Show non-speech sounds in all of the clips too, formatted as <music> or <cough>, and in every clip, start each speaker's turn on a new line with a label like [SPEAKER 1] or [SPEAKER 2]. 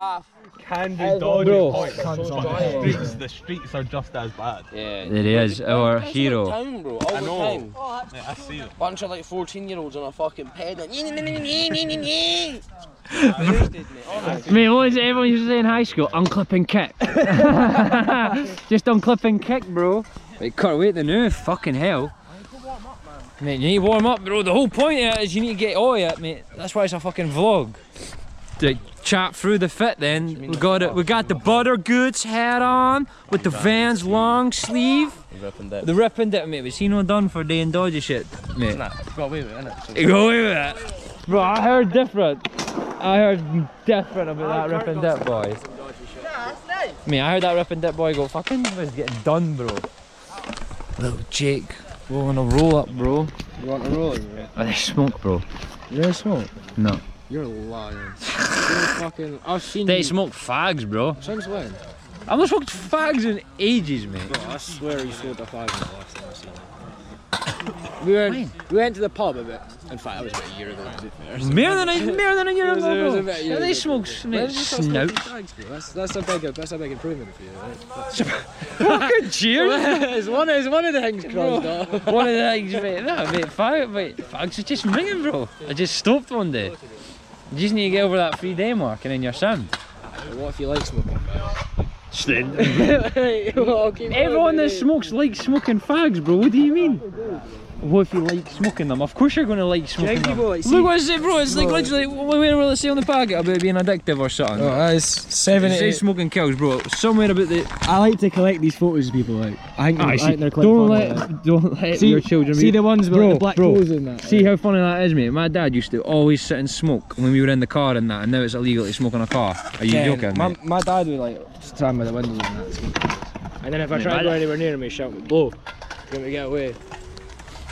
[SPEAKER 1] off.
[SPEAKER 2] Can
[SPEAKER 1] As
[SPEAKER 2] do
[SPEAKER 1] long
[SPEAKER 2] dodgy
[SPEAKER 3] Bro.
[SPEAKER 2] points, but
[SPEAKER 3] Can't
[SPEAKER 2] the
[SPEAKER 3] dodge.
[SPEAKER 2] streets, the streets are just as bad. <laughs>
[SPEAKER 1] Yeah.
[SPEAKER 4] It is our
[SPEAKER 1] That's
[SPEAKER 4] hero.
[SPEAKER 1] Like town, bro, all
[SPEAKER 2] I
[SPEAKER 1] the
[SPEAKER 2] know.
[SPEAKER 1] time.
[SPEAKER 2] Yeah, I see them.
[SPEAKER 1] Oh, Bunch of like 14 year olds on a fucking ped. Like, Roasted, mate, honest.
[SPEAKER 4] <laughs> Mate, what is it everyone used to say in high school? Unclip and kick. <laughs> Just unclip and kick, bro. Wait, cut wait the new fucking hell. Mate, you need to warm up, bro. The whole point of it is you need to get all of it, mate. That's why it's a fucking vlog. To chat through the fit then. We got it. We got the butter goods hat on with the Vans long sleeve. The rip and dip, mate. We seen no done for day and dodgy shit, mate.
[SPEAKER 1] Got away with it, innit? So-
[SPEAKER 4] You go away with that. Bro, I heard different. I heard different about that rip and dip boy. Me, I heard that rip and dip boy go fucking was getting done, bro. Little Jake rolling a roll up, bro.
[SPEAKER 3] You want a roll? Yeah.
[SPEAKER 4] Oh, there's smoke, bro.
[SPEAKER 3] You want a smoke?
[SPEAKER 4] No.
[SPEAKER 3] You're a liar. You're fucking. I've seen
[SPEAKER 4] They
[SPEAKER 3] you.
[SPEAKER 4] smoke fags, bro.
[SPEAKER 3] Since when?
[SPEAKER 4] I've not smoked fags in ages, mate.
[SPEAKER 3] Bro, I swear you smoked a five in the last time I seen you. We went, we went to the pub a bit. In fact, that was about a year ago, to be fair. So.
[SPEAKER 4] More than a, more than a year
[SPEAKER 3] It was- it was
[SPEAKER 4] ago, bro.
[SPEAKER 3] about a year
[SPEAKER 4] And they
[SPEAKER 3] ago.
[SPEAKER 4] smoke
[SPEAKER 3] When
[SPEAKER 4] mate,
[SPEAKER 3] did you start smoking
[SPEAKER 4] snout. <laughs>
[SPEAKER 3] fags, bro? That's, that's, a big, that's a big improvement for you. Right?
[SPEAKER 4] Fucking cheers.
[SPEAKER 3] it's, one, it's one of the things crossed off.
[SPEAKER 4] one of the things, mate. No, mate, fag, mate, fags are just ringing, bro. I just stopped one day. You just need to get over that three day mark and then you're sound.
[SPEAKER 3] What if you like smoking fags? <laughs>
[SPEAKER 4] Everyone that smokes likes smoking fags, bro. What do you mean? What if you like smoking them? Of course you're going to like smoking them.
[SPEAKER 3] people like
[SPEAKER 4] Look what I say, bro. It's like literally, what where will it say on the packet about it being addictive or something?
[SPEAKER 3] it's
[SPEAKER 4] It
[SPEAKER 3] seven.
[SPEAKER 4] says smoking kills, bro. Somewhere about the.
[SPEAKER 3] I like to collect these photos of people. Like, I
[SPEAKER 4] Ah,
[SPEAKER 3] think, Ah, I think they're quite
[SPEAKER 4] don't
[SPEAKER 3] funny, like.
[SPEAKER 4] let, don't let your children
[SPEAKER 3] see
[SPEAKER 4] be-
[SPEAKER 3] the ones with
[SPEAKER 4] Bro,
[SPEAKER 3] like, the black
[SPEAKER 4] bro,
[SPEAKER 3] holes in that.
[SPEAKER 4] See how funny that is, mate. My dad used to always sit and smoke when we were in the car and that, and now it's illegal to smoke in a car. Are you joking?
[SPEAKER 3] My,
[SPEAKER 4] mate?
[SPEAKER 3] my dad would like stand by the windows and that. And then if I
[SPEAKER 4] Mate,
[SPEAKER 3] try
[SPEAKER 4] my
[SPEAKER 3] to go
[SPEAKER 4] dad-
[SPEAKER 3] anywhere near him, he shout, "Blow!" Get me get away.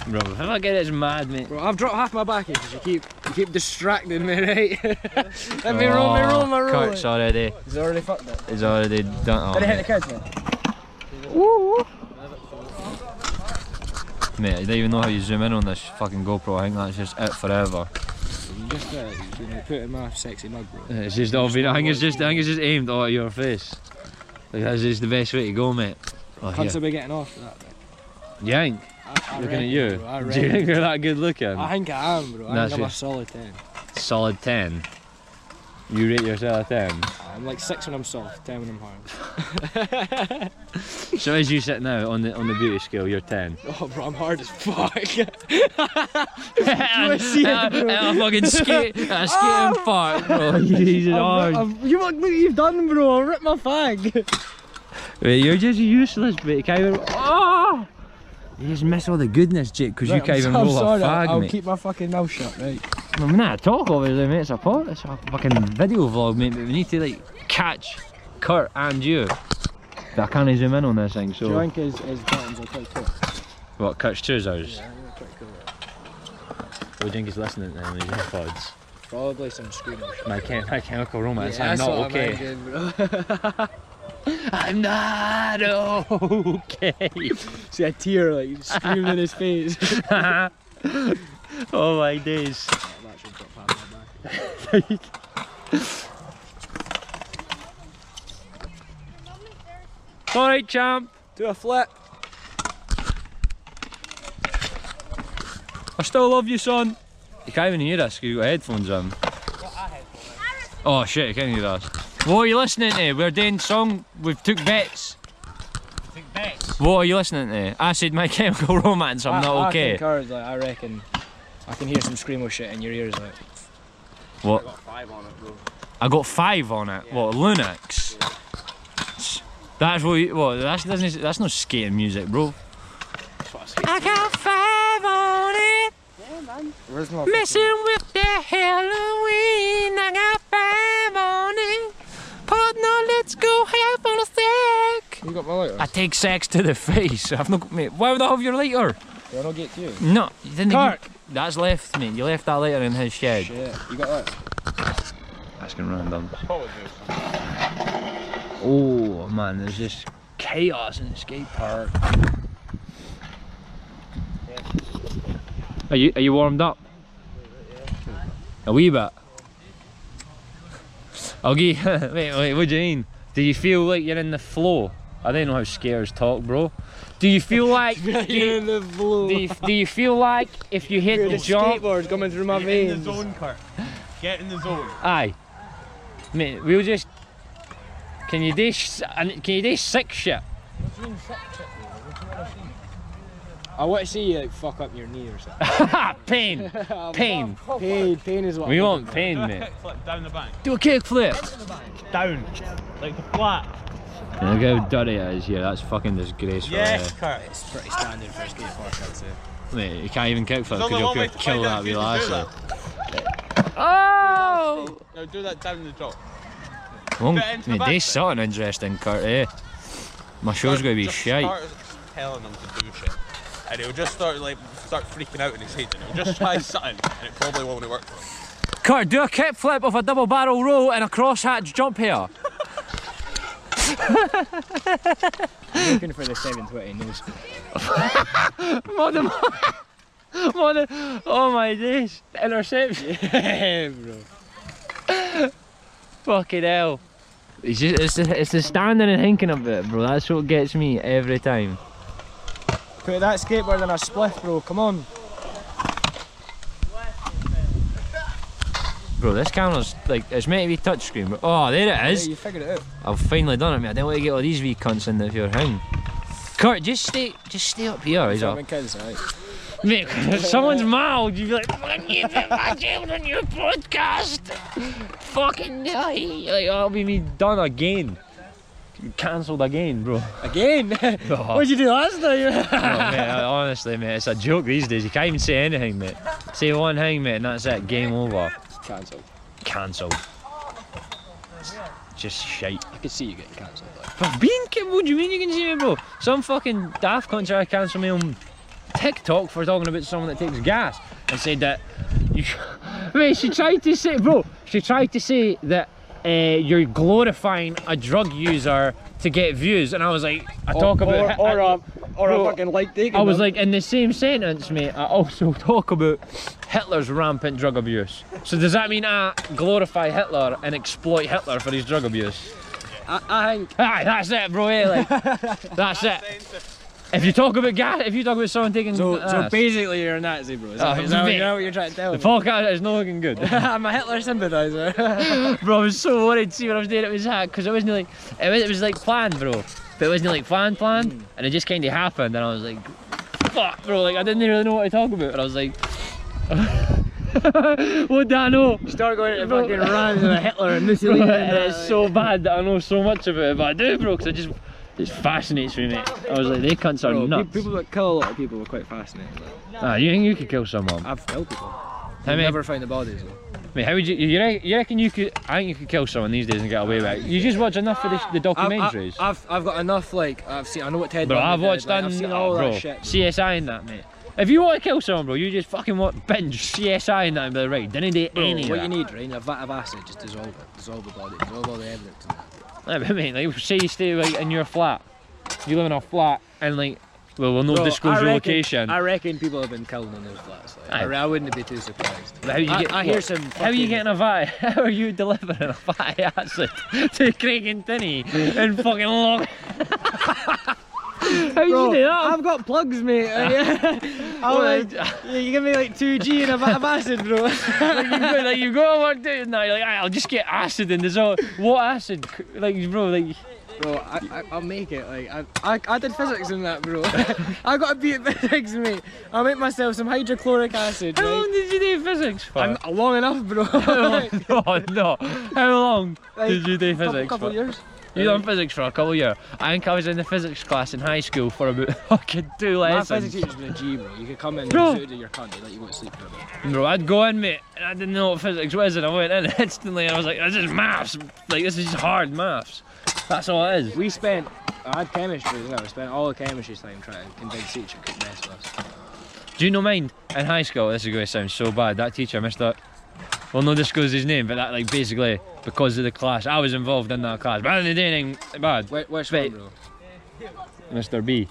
[SPEAKER 4] Bro, if I get it's mad, mate.
[SPEAKER 3] Bro, I've dropped half my back because you keep you keep distracting me, right? <laughs> Let me roll, me
[SPEAKER 4] Oh,
[SPEAKER 3] roll, me roll.
[SPEAKER 4] Kurt's already,
[SPEAKER 3] He's already fucked it.
[SPEAKER 4] he's already done. Oh,
[SPEAKER 3] Did he hit
[SPEAKER 4] mate.
[SPEAKER 3] the kids, man?
[SPEAKER 4] mate, I don't even know how you zoom in on this fucking GoPro. I think that's just it forever.
[SPEAKER 3] Just uh, you know, put in my sexy mug, bro.
[SPEAKER 4] It's just obvious. I think it's just, I think it's just aimed all at your face. Like, that's just the best way to go, mate. Oh,
[SPEAKER 3] Cunts
[SPEAKER 4] here.
[SPEAKER 3] will be getting off for that. Bro.
[SPEAKER 4] Yank,
[SPEAKER 3] I, I
[SPEAKER 4] looking
[SPEAKER 3] reckon,
[SPEAKER 4] at you.
[SPEAKER 3] Bro, I,
[SPEAKER 4] Do you
[SPEAKER 3] reckon.
[SPEAKER 4] think you're that good looking?
[SPEAKER 3] I think I am, bro. I
[SPEAKER 4] That's
[SPEAKER 3] think I'm
[SPEAKER 4] it.
[SPEAKER 3] a solid ten.
[SPEAKER 4] Solid 10. You rate yourself a 10.
[SPEAKER 3] I'm like six when I'm soft, ten when I'm hard. <laughs>
[SPEAKER 4] So as you sit now on the on the beauty scale, you're <laughs> ten.
[SPEAKER 3] Oh, bro, I'm hard as fuck. <laughs>
[SPEAKER 4] <laughs> uh, I'm
[SPEAKER 3] see it, bro?
[SPEAKER 4] fucking <laughs> skate, a skating <laughs> park, bro. Ah. Oh, He's
[SPEAKER 3] I've-
[SPEAKER 4] hard.
[SPEAKER 3] I've- you look, look, you've done, bro. I ripped my fag.
[SPEAKER 4] Wait, you're just useless, mate. Can't even. Oh! You just miss all the goodness, Jake, because you
[SPEAKER 3] Right,
[SPEAKER 4] can't even
[SPEAKER 3] I'm,
[SPEAKER 4] roll
[SPEAKER 3] sorry,
[SPEAKER 4] a fag,
[SPEAKER 3] I'll
[SPEAKER 4] mate.
[SPEAKER 3] keep my fucking mouth shut, right?
[SPEAKER 4] I'm not talk obviously, mate. It's a pod. It's a fucking video vlog, mate. But we need to like catch Kurt and you. But I can't zoom in on this thing,
[SPEAKER 3] Do you
[SPEAKER 4] so
[SPEAKER 3] think his, his buttons are quite cool?
[SPEAKER 4] what? Kurt's choose ours.
[SPEAKER 3] Yeah, they're quite cool.
[SPEAKER 4] What do you think he's listening to on his earpods?
[SPEAKER 3] Probably some screaming shit.
[SPEAKER 4] My, chem- my chemical romance.
[SPEAKER 3] Yeah,
[SPEAKER 4] I'm
[SPEAKER 3] that's
[SPEAKER 4] not
[SPEAKER 3] what
[SPEAKER 4] okay.
[SPEAKER 3] thinking, bro.
[SPEAKER 4] I'm not <laughs> okay.
[SPEAKER 3] <laughs> See a tear like screaming in his face.
[SPEAKER 4] oh my days. <laughs> Sorry, champ.
[SPEAKER 3] Do a flip.
[SPEAKER 4] I still love you, son. You can't even hear us 'cause you've got headphones on. Oh shit, you can't hear us. What are you listening to? We're doing song, we've took bets. What are you listening to? I said My <laughs> Chemical Romance,
[SPEAKER 3] Ah,
[SPEAKER 4] I'm not
[SPEAKER 3] I
[SPEAKER 4] okay.
[SPEAKER 3] concur, like, I reckon. I can hear some screamo shit in your ears. Like,
[SPEAKER 4] What? I got five on it. What, Lunax? That's what you, what, that's, doesn't, that's not skating music, bro. I got five on it.
[SPEAKER 3] where's my?
[SPEAKER 4] Messing with the Halloween, I got five on it. Partner, let's go have on a sec.
[SPEAKER 3] You got my lighter.
[SPEAKER 4] I take sex to the face. I've not, mate. Why would I have your lighter?
[SPEAKER 3] Do I not get you?
[SPEAKER 4] No, you didn't.
[SPEAKER 3] Kirk.
[SPEAKER 4] That's left, mate. You left that lighter in his shed.
[SPEAKER 3] Shit, you got <laughs> that?
[SPEAKER 4] That's gonna random. Oh man, there's just chaos in the skate park. Are you are you warmed up? A wee bit. I'll give you, <laughs> wait, wait, what do you mean? Do you feel like you're in the flow? I don't know how scares talk, bro. Do you <laughs> feel like do, you,
[SPEAKER 3] the blue.
[SPEAKER 4] do, you, do you feel like if you hit the jump?
[SPEAKER 3] skateboard's coming through my
[SPEAKER 2] Get in the
[SPEAKER 3] veins.
[SPEAKER 2] zone, Kurt. Get in the zone.
[SPEAKER 4] Aye. Mate, we'll just can you do s- an- can you do sick shit? <laughs>
[SPEAKER 3] I want to see you like, fuck up your knee or something.
[SPEAKER 4] Ha! <laughs> pain, pain.
[SPEAKER 3] pain, pain is what.
[SPEAKER 4] We
[SPEAKER 3] I'm
[SPEAKER 4] want
[SPEAKER 3] looking
[SPEAKER 4] pain,
[SPEAKER 2] Do a
[SPEAKER 4] mate.
[SPEAKER 2] kickflip down the bank.
[SPEAKER 4] <laughs> Do a kickflip.
[SPEAKER 2] Down. Like the flat.
[SPEAKER 4] Look how dirty it is here. That's fucking disgraceful.
[SPEAKER 2] Yes, Kurt.
[SPEAKER 3] for. It's pretty standard for a skate park, I'd say.
[SPEAKER 4] Mate, you can't even kickflip
[SPEAKER 2] There's
[SPEAKER 4] because
[SPEAKER 2] only
[SPEAKER 4] you'll
[SPEAKER 2] one way
[SPEAKER 4] kill,
[SPEAKER 2] to find out
[SPEAKER 4] that
[SPEAKER 2] if
[SPEAKER 4] wee
[SPEAKER 2] you can do
[SPEAKER 4] lassie.
[SPEAKER 2] that.
[SPEAKER 4] Oh!
[SPEAKER 2] Now do that down the drop.
[SPEAKER 4] Well,
[SPEAKER 2] Get into the
[SPEAKER 4] mate,
[SPEAKER 2] back
[SPEAKER 4] they
[SPEAKER 2] then.
[SPEAKER 4] saw an interesting cut, eh? My show's gonna be
[SPEAKER 2] Just
[SPEAKER 4] shite.
[SPEAKER 2] Start telling him to do shit. And he'll just start like start freaking out in his head and he'll just try <laughs> something and it probably won't work for him.
[SPEAKER 4] Kurt, do a kickflip off a double barrel roll and a crosshatch jump <laughs> here.
[SPEAKER 3] Looking for the 720
[SPEAKER 4] <laughs>
[SPEAKER 3] nose.
[SPEAKER 4] Modern, <laughs> modern, oh my days, interception.
[SPEAKER 3] <laughs> Yeah, bro.
[SPEAKER 4] <laughs> Fucking hell. It's just it's the, it's the standing and thinking of it, bro. That's what gets me every time.
[SPEAKER 3] Put that skateboard in a spliff, bro. Come on.
[SPEAKER 4] Bro, this camera's like it's meant to be touchscreen. But, oh, there it is.
[SPEAKER 3] Yeah, you figured it out.
[SPEAKER 4] I've finally done it, mate. I don't want to get all these wee cunts in the your hang. Kurt, just stay, just stay up here. He's up.
[SPEAKER 3] Seven kids, right?
[SPEAKER 4] Mate, <laughs> if someone's mild, you'd be like, fuck you, put my child on your podcast. Fucking die. Like, I'll be me done again. Cancelled again, <laughs> bro.
[SPEAKER 3] Again? <laughs> What'd you do last <laughs> night?
[SPEAKER 4] Oh, mate, I- honestly, mate, it's a joke these days. You can't even say anything, mate. Say one thing, mate, and that's it. Game over.
[SPEAKER 3] Cancelled.
[SPEAKER 4] Cancelled. Just shite.
[SPEAKER 3] I could see you getting cancelled.
[SPEAKER 4] But being ca- what do you mean you can see me, bro? Some fucking daft cunt tried to cancel me on TikTok for talking about someone that takes gas and said that you. <laughs> Wait, she tried to say, bro, she tried to say that uh, you're glorifying a drug user to get views, and I was like, I talk about
[SPEAKER 3] or, um, or
[SPEAKER 4] I,
[SPEAKER 3] a or
[SPEAKER 4] Bro,
[SPEAKER 3] a fucking like taking.
[SPEAKER 4] I was
[SPEAKER 3] them.
[SPEAKER 4] like, in the same sentence, mate, I also <laughs> talk about Hitler's rampant drug abuse. So does that mean I glorify Hitler and exploit Hitler for his drug abuse?
[SPEAKER 3] I, I think
[SPEAKER 4] Aye, that's it, bro. eh, like,
[SPEAKER 3] <laughs>
[SPEAKER 4] that's it. If you talk about gas, if you talk about someone taking
[SPEAKER 3] so. So
[SPEAKER 4] gas,
[SPEAKER 3] basically, you're a Nazi, bro. Is that,
[SPEAKER 4] Oh,
[SPEAKER 3] is that what-
[SPEAKER 4] mate.
[SPEAKER 3] is that what you're trying to tell
[SPEAKER 4] the
[SPEAKER 3] me?
[SPEAKER 4] podcast is not looking good. <laughs>
[SPEAKER 3] <laughs> I'm a Hitler <laughs> sympathiser.
[SPEAKER 4] bro, I was so worried to see what I was doing. It was hack because it wasn't like it was, it was like planned, bro. But it wasn't like planned, planned,
[SPEAKER 3] Hmm.
[SPEAKER 4] and it just kind of happened. And I was like, fuck, bro. Like I didn't really know what to talk about. And I was like, <laughs> what do I know?
[SPEAKER 3] Start going into
[SPEAKER 4] Bro. <laughs>
[SPEAKER 3] fucking uh, rants about Hitler and Mussolini.
[SPEAKER 4] Bro,
[SPEAKER 3] and
[SPEAKER 4] and it's so bad that I know so much about it, but I do, bro, because it just it fascinates me, mate. I was like, they cunts are
[SPEAKER 3] Bro, pe-
[SPEAKER 4] nuts.
[SPEAKER 3] people that kill a lot of people are quite fascinating. Like,
[SPEAKER 4] Ah, you think you could kill someone?
[SPEAKER 3] I've killed people.
[SPEAKER 4] How
[SPEAKER 3] I've
[SPEAKER 4] many-
[SPEAKER 3] never found the bodies. Though.
[SPEAKER 4] Mate, how would you, you, re- you reckon you could, I think you could kill someone these days and get away with it. You just watch enough of this, the
[SPEAKER 3] I've,
[SPEAKER 4] documentaries.
[SPEAKER 3] I, have I've got enough. Like I've seen. I know what Ted.
[SPEAKER 4] bro,
[SPEAKER 3] Bundy
[SPEAKER 4] I've
[SPEAKER 3] did,
[SPEAKER 4] watched
[SPEAKER 3] like,
[SPEAKER 4] un-
[SPEAKER 3] ah, I've seen all
[SPEAKER 4] oh,
[SPEAKER 3] that
[SPEAKER 4] bro,
[SPEAKER 3] shit. bro.
[SPEAKER 4] CSI and that, mate. If you want to kill someone, bro, you just fucking want binge CSI and that and be like, right, didn't do any of
[SPEAKER 3] what
[SPEAKER 4] that.
[SPEAKER 3] you need, right? A vat of acid, just dissolve it, dissolve the body, dissolve all the evidence.
[SPEAKER 4] Yeah, but mate, like, <laughs> say you stay like, in your flat, you live in a flat, and like, well, we'll not
[SPEAKER 3] Bro,
[SPEAKER 4] disclose
[SPEAKER 3] I
[SPEAKER 4] your
[SPEAKER 3] reckon-
[SPEAKER 4] location.
[SPEAKER 3] I reckon people have been killed in those flats. Like,
[SPEAKER 4] Aye.
[SPEAKER 3] I, I wouldn't be too surprised.
[SPEAKER 4] But how you
[SPEAKER 3] I,
[SPEAKER 4] get-
[SPEAKER 3] I
[SPEAKER 4] what-
[SPEAKER 3] hear some.
[SPEAKER 4] How are you
[SPEAKER 3] fucking-
[SPEAKER 4] getting a VAT? <laughs> How are you delivering a VAT acid to Craig and Tinney and fucking long? <laughs> How would
[SPEAKER 3] Bro,
[SPEAKER 4] you do that?
[SPEAKER 3] I've got plugs, <laughs> mate.
[SPEAKER 4] Oh,
[SPEAKER 3] I'll, like, you give me like two G and a vat of acid, bro.
[SPEAKER 4] like you go, like you go to work doing that. You're like, "Aye, I'll just get acid and there's all what acid? Like, bro, like
[SPEAKER 3] <laughs> bro, I, I, I'll make it. Like I, I, I did physics in that, bro. <laughs> I got a B at physics, mate. I will make myself some hydrochloric acid.
[SPEAKER 4] how
[SPEAKER 3] Right?
[SPEAKER 4] long did you do physics for?
[SPEAKER 3] I'm long enough, bro.
[SPEAKER 4] <laughs>
[SPEAKER 3] <laughs>
[SPEAKER 4] oh no! How long
[SPEAKER 3] Like,
[SPEAKER 4] did you do
[SPEAKER 3] couple,
[SPEAKER 4] physics
[SPEAKER 3] couple
[SPEAKER 4] for?
[SPEAKER 3] years.
[SPEAKER 4] You done physics for a couple of years. I think I was in the physics class in high school for about <laughs> fucking two
[SPEAKER 3] My
[SPEAKER 4] lessons.
[SPEAKER 3] physics teacher's been a G, bro. You could come in
[SPEAKER 4] Bro.
[SPEAKER 3] and shoot at your cunt. They let you go to sleep for a bit.
[SPEAKER 4] Bro, I'd go in, mate, and I didn't know what physics was, and I went in <laughs> instantly, and I was like, this is maths. Like, this is just hard maths. That's all it is.
[SPEAKER 3] We spent. I had chemistry as well. I spent all the chemistry time trying to convince teacher could mess with us.
[SPEAKER 4] Do you know mind? In high school, this is going to sound so bad. That teacher missed out. Well, no disclose his name, but that, like, basically, because of the class, I was involved in that class. But I didn't do anything bad.
[SPEAKER 3] Wait, which
[SPEAKER 4] Wait.
[SPEAKER 3] one, bro?
[SPEAKER 4] Mr. B,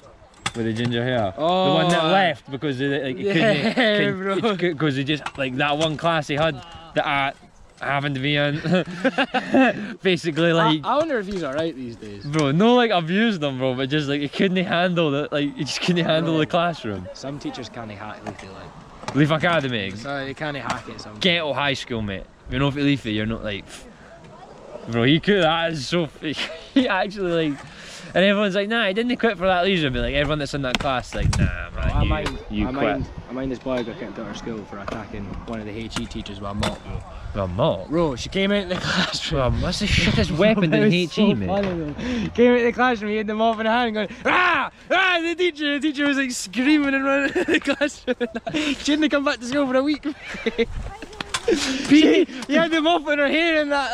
[SPEAKER 4] with the ginger hair.
[SPEAKER 3] Oh,
[SPEAKER 4] the one that
[SPEAKER 3] aye.
[SPEAKER 4] left because they, like, he
[SPEAKER 3] <laughs> Yeah,
[SPEAKER 4] couldn't.
[SPEAKER 3] bro.
[SPEAKER 4] Because he just, like, that one class he had that I, having to be in. <laughs> Basically, like.
[SPEAKER 3] I, I wonder if he's alright these days.
[SPEAKER 4] Bro, no like abuse them, bro, but just like he couldn't handle it. Like he just couldn't handle the classroom.
[SPEAKER 3] Some teachers can't hack it, they like.
[SPEAKER 4] Leaf Academy, ex-
[SPEAKER 3] So they can't hack it. Some.
[SPEAKER 4] ghetto high school, mate. You know if you leave it, you're not like, pff. bro. He could. That is so. <laughs> He actually like, and everyone's like, nah, he didn't quit for that reason. But like everyone that's in that class, like, nah, man,
[SPEAKER 3] I
[SPEAKER 4] you,
[SPEAKER 3] mind,
[SPEAKER 4] you
[SPEAKER 3] I
[SPEAKER 4] quit.
[SPEAKER 3] mind, I mind this boy got kicked out of school for attacking one of the HE teachers with a mop.
[SPEAKER 4] Well, I'm not.
[SPEAKER 3] <laughs> Bro, she came out of the classroom.
[SPEAKER 4] Bro, what's the
[SPEAKER 3] <laughs>
[SPEAKER 4] shittest weapon in HE, mate?
[SPEAKER 3] Came out of the classroom, he had them off in hand, going, ah, ah, the teacher, the teacher was like screaming and running
[SPEAKER 4] <laughs>
[SPEAKER 3] in the classroom. she didn't come back to school for a week. <laughs> she, he had them off in her hair
[SPEAKER 4] <laughs>
[SPEAKER 3] and that.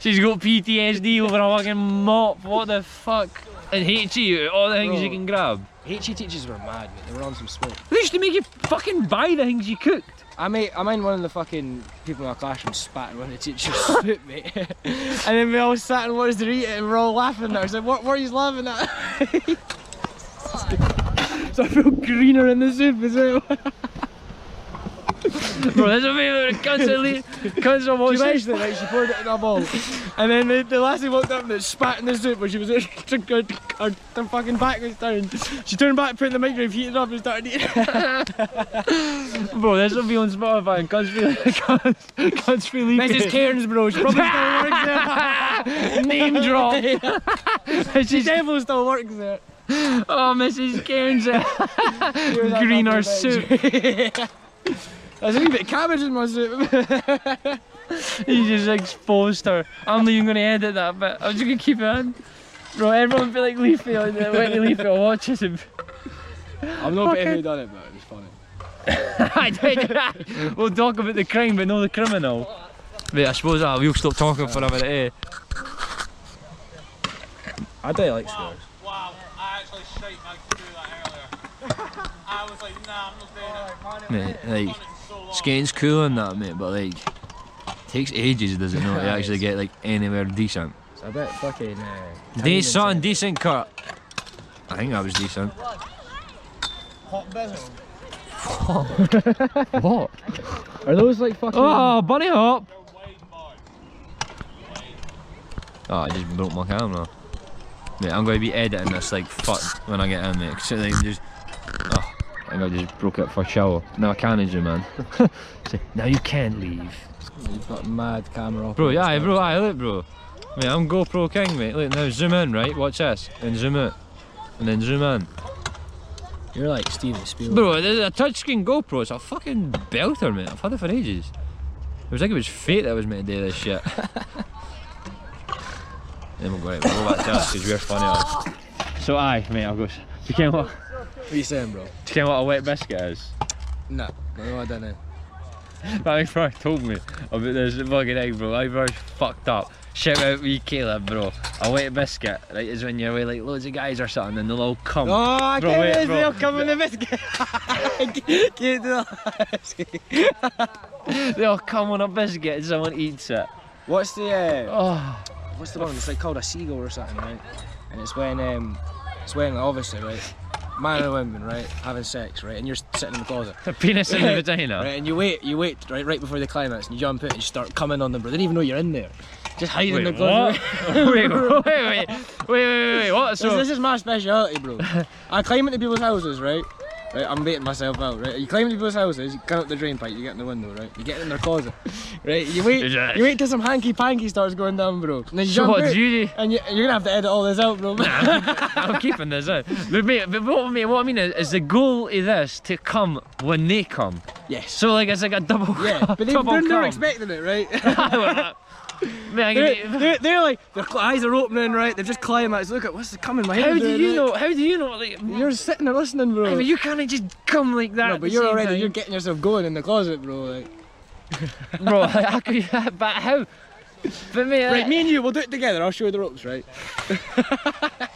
[SPEAKER 4] She's got PTSD over a fucking mop. What the fuck? And HE, all the things you
[SPEAKER 3] Bro.
[SPEAKER 4] can grab.
[SPEAKER 3] HE E teachers were mad, mate. They were on some smoke.
[SPEAKER 4] They used to make you fucking buy the things you cooked.
[SPEAKER 3] I made, I mind one of the fucking people in our classroom spat in one of the <laughs> teacher's soup, mate. and then we all sat and watched her eat it and we're all laughing at her. I was like, what, what are you laughing at? <laughs> so I feel greener in the soup as well.
[SPEAKER 4] Bro, that's my favourite constantly. Constantly
[SPEAKER 3] She
[SPEAKER 4] watching.
[SPEAKER 3] likes it, right? She poured it in a bowl. and then the, the lassie walked up and spat in the soup when she was <laughs> her, her, her, her fucking back was down. She turned back, put it in the microwave, heated up and started eating it.
[SPEAKER 4] Bro, this will be on Spotify and constantly, constantly, constantly
[SPEAKER 3] This is Cairns, bro. She <laughs> probably still works
[SPEAKER 4] <laughs>
[SPEAKER 3] there.
[SPEAKER 4] name drop. <laughs>
[SPEAKER 3] She
[SPEAKER 4] Mrs.
[SPEAKER 3] definitely still works there.
[SPEAKER 4] Oh, Mrs. Cairns.
[SPEAKER 3] She was that
[SPEAKER 4] Green or
[SPEAKER 3] fucking
[SPEAKER 4] soup.
[SPEAKER 3] bitch. There's a wee bit of cabbage in my soup. <laughs>
[SPEAKER 4] He just exposed her. I'm not even gonna edit that Oh, bit. I'm just gonna keep it in. Bro, everyone feel like Leafy on the when Leafy watches him.
[SPEAKER 3] I'm not betting who done it, but it was funny.
[SPEAKER 4] <laughs> I did. we'll talk about the crime, but not the criminal. Wait, I suppose I will stop talking for a minute, eh?
[SPEAKER 3] I do like stories.
[SPEAKER 2] Wow, I actually shite my crew that earlier. I was like, nah, I'm not doing it.
[SPEAKER 4] Mate, like,
[SPEAKER 2] Done it for so long.
[SPEAKER 4] skating's cool and that, mate, but like, takes ages, does it not, to actually get like anywhere decent.
[SPEAKER 3] I bet fucking. Uh,
[SPEAKER 4] Decent, decent cut. I think that was decent. <laughs> what?
[SPEAKER 3] Are those like fucking?
[SPEAKER 4] Oh, bunny hop! Oh, I just broke my camera. Mate, I'm going to be editing this like fuck when I get in, mate. 'cause it, like, just, oh, I think I just broke it for shower. Now I can't injure, man. <laughs> Say, now you can leave.
[SPEAKER 3] You've got mad camera.
[SPEAKER 4] Bro, yeah, bro, aye, look, bro. Mate, I'm GoPro King, mate. Look, now zoom in, right? Watch this. And zoom out. And then zoom in.
[SPEAKER 3] You're like Steven Spielberg.
[SPEAKER 4] Bro, this is a touchscreen GoPro. It's a fucking belter, mate. I've had it for ages. It was like it was fate that I was meant to do this shit. <laughs> then we'll go, right, we'll go back to us because we're funny. Like. So, aye, mate, I'll go. Do you know what, do
[SPEAKER 3] What are you saying, bro?
[SPEAKER 4] you know what a wet biscuit is? <laughs>
[SPEAKER 3] No, no, I don't know.
[SPEAKER 4] My first told me about this fucking egg, bro. I first fucked up. Shout out wee Caleb, bro. A wet biscuit, right, is when you're with like loads of guys or something and they'll all come.
[SPEAKER 3] Oh, I
[SPEAKER 4] Bro,
[SPEAKER 3] can't
[SPEAKER 4] wait,
[SPEAKER 3] wait,
[SPEAKER 4] bro.
[SPEAKER 3] they'll come in the biscuit. <laughs> Can't do that.
[SPEAKER 4] They all come on a biscuit and someone eats it.
[SPEAKER 3] What's the uh,
[SPEAKER 4] Oh.
[SPEAKER 3] what's the one? It's like called a seagull or something, right? And it's when um, it's when like, obviously right, man and women right having sex right, and you're sitting in the closet.
[SPEAKER 4] A penis in the vagina.
[SPEAKER 3] Right, and you wait, you wait, right, right before the climax, and you jump out and you start coming on them, bro. They don't even know you're in there. Just hiding in
[SPEAKER 4] Wait,
[SPEAKER 3] the
[SPEAKER 4] what?
[SPEAKER 3] closet.
[SPEAKER 4] <laughs> wait, wait, wait, wait, wait, wait, wait, what?
[SPEAKER 3] This,
[SPEAKER 4] So,
[SPEAKER 3] this is my speciality, <laughs> bro. I climb into people's houses, right? Right, I'm baiting myself out, right? You climb into people's houses, you come up the drain pipe, you get in the window, right? You get in their closet, right? You wait,
[SPEAKER 4] Is that-
[SPEAKER 3] you wait till some hanky panky starts going down, bro. And then you
[SPEAKER 4] so
[SPEAKER 3] jump
[SPEAKER 4] what,
[SPEAKER 3] out,
[SPEAKER 4] do you do?
[SPEAKER 3] and you, you're gonna have to edit all this out, bro.
[SPEAKER 4] <laughs> I'm keeping this out. But, mate, but what, mate, what I mean is, is the goal of this to come when they come.
[SPEAKER 3] <laughs> yes.
[SPEAKER 4] So, like, it's like a double
[SPEAKER 3] Yeah,
[SPEAKER 4] <laughs>
[SPEAKER 3] <laughs> but they,
[SPEAKER 4] double
[SPEAKER 3] they're not
[SPEAKER 4] come.
[SPEAKER 3] expecting it, <laughs> right?
[SPEAKER 4] Mate, I
[SPEAKER 3] they're,
[SPEAKER 4] can be-
[SPEAKER 3] they're, they're like, their cl- eyes are opening, right? They've just climaxed. Look at what's coming. My
[SPEAKER 4] how
[SPEAKER 3] head's
[SPEAKER 4] do
[SPEAKER 3] doing,
[SPEAKER 4] you
[SPEAKER 3] right?
[SPEAKER 4] know? How do you know? Like,
[SPEAKER 3] You're sitting there listening, bro.
[SPEAKER 4] I mean, you can't just come like that.
[SPEAKER 3] no,
[SPEAKER 4] at
[SPEAKER 3] but
[SPEAKER 4] the
[SPEAKER 3] you're
[SPEAKER 4] same
[SPEAKER 3] already
[SPEAKER 4] time.
[SPEAKER 3] you're getting yourself going in the closet, bro. Like.
[SPEAKER 4] bro. <laughs> Like, I could, but how? But mate,
[SPEAKER 3] Right,
[SPEAKER 4] I,
[SPEAKER 3] me and you, we'll do it together. I'll show you the ropes, right?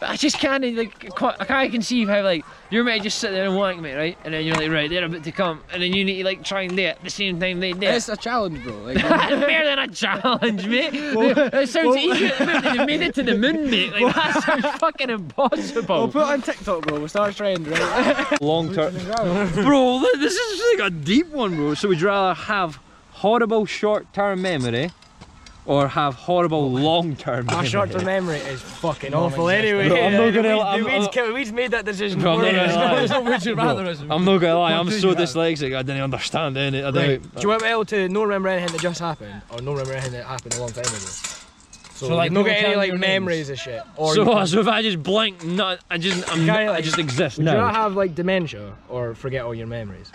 [SPEAKER 4] I just can't like quite, I can't conceive how like your mate just sit there and wank mate, right? And then you're like, right, they're about to come, and then you need to like try and do it at the same time they do. it. <laughs>
[SPEAKER 3] It's a challenge, bro. Like,
[SPEAKER 4] That's Fair than a challenge, mate. it sounds easier than the moon. They made it to the moon, mate. Like that sounds fucking
[SPEAKER 3] we'll
[SPEAKER 4] impossible.
[SPEAKER 3] Oh, put it on TikTok, bro. We'll start trying, right?
[SPEAKER 4] Long term,
[SPEAKER 3] Ground.
[SPEAKER 4] bro. This is like a deep one, bro. So would you rather have horrible short-term memory or have horrible long-term
[SPEAKER 3] My
[SPEAKER 4] memory.
[SPEAKER 3] short-term memory is fucking awful. Anyway,
[SPEAKER 4] Bro, I'm not gonna-
[SPEAKER 3] The
[SPEAKER 4] I'm-
[SPEAKER 3] weeds,
[SPEAKER 4] I'm-
[SPEAKER 3] the weeds, weeds made that decision.
[SPEAKER 4] Bro, I'm
[SPEAKER 3] for
[SPEAKER 4] not
[SPEAKER 3] me.
[SPEAKER 4] gonna lie. <laughs>
[SPEAKER 3] <laughs> There's no would you rather us.
[SPEAKER 4] I'm not gonna lie, I'm
[SPEAKER 3] What do
[SPEAKER 4] so
[SPEAKER 3] you have?
[SPEAKER 4] dyslexic. I didn't understand any. I
[SPEAKER 3] Right.
[SPEAKER 4] didn't.
[SPEAKER 3] Do you want me able to not remember anything that just happened, or not remember anything that happened a long time ago? So,
[SPEAKER 4] like,
[SPEAKER 3] you've
[SPEAKER 4] people
[SPEAKER 3] not got any
[SPEAKER 4] tell
[SPEAKER 3] like
[SPEAKER 4] your names?
[SPEAKER 3] memories of shit, or
[SPEAKER 4] so,
[SPEAKER 3] you can-
[SPEAKER 4] so if I just blink, no, I just I'm,
[SPEAKER 3] Kinda
[SPEAKER 4] not- I
[SPEAKER 3] like-
[SPEAKER 4] just exist
[SPEAKER 3] do you not
[SPEAKER 4] now.
[SPEAKER 3] have like dementia or forget all your memories?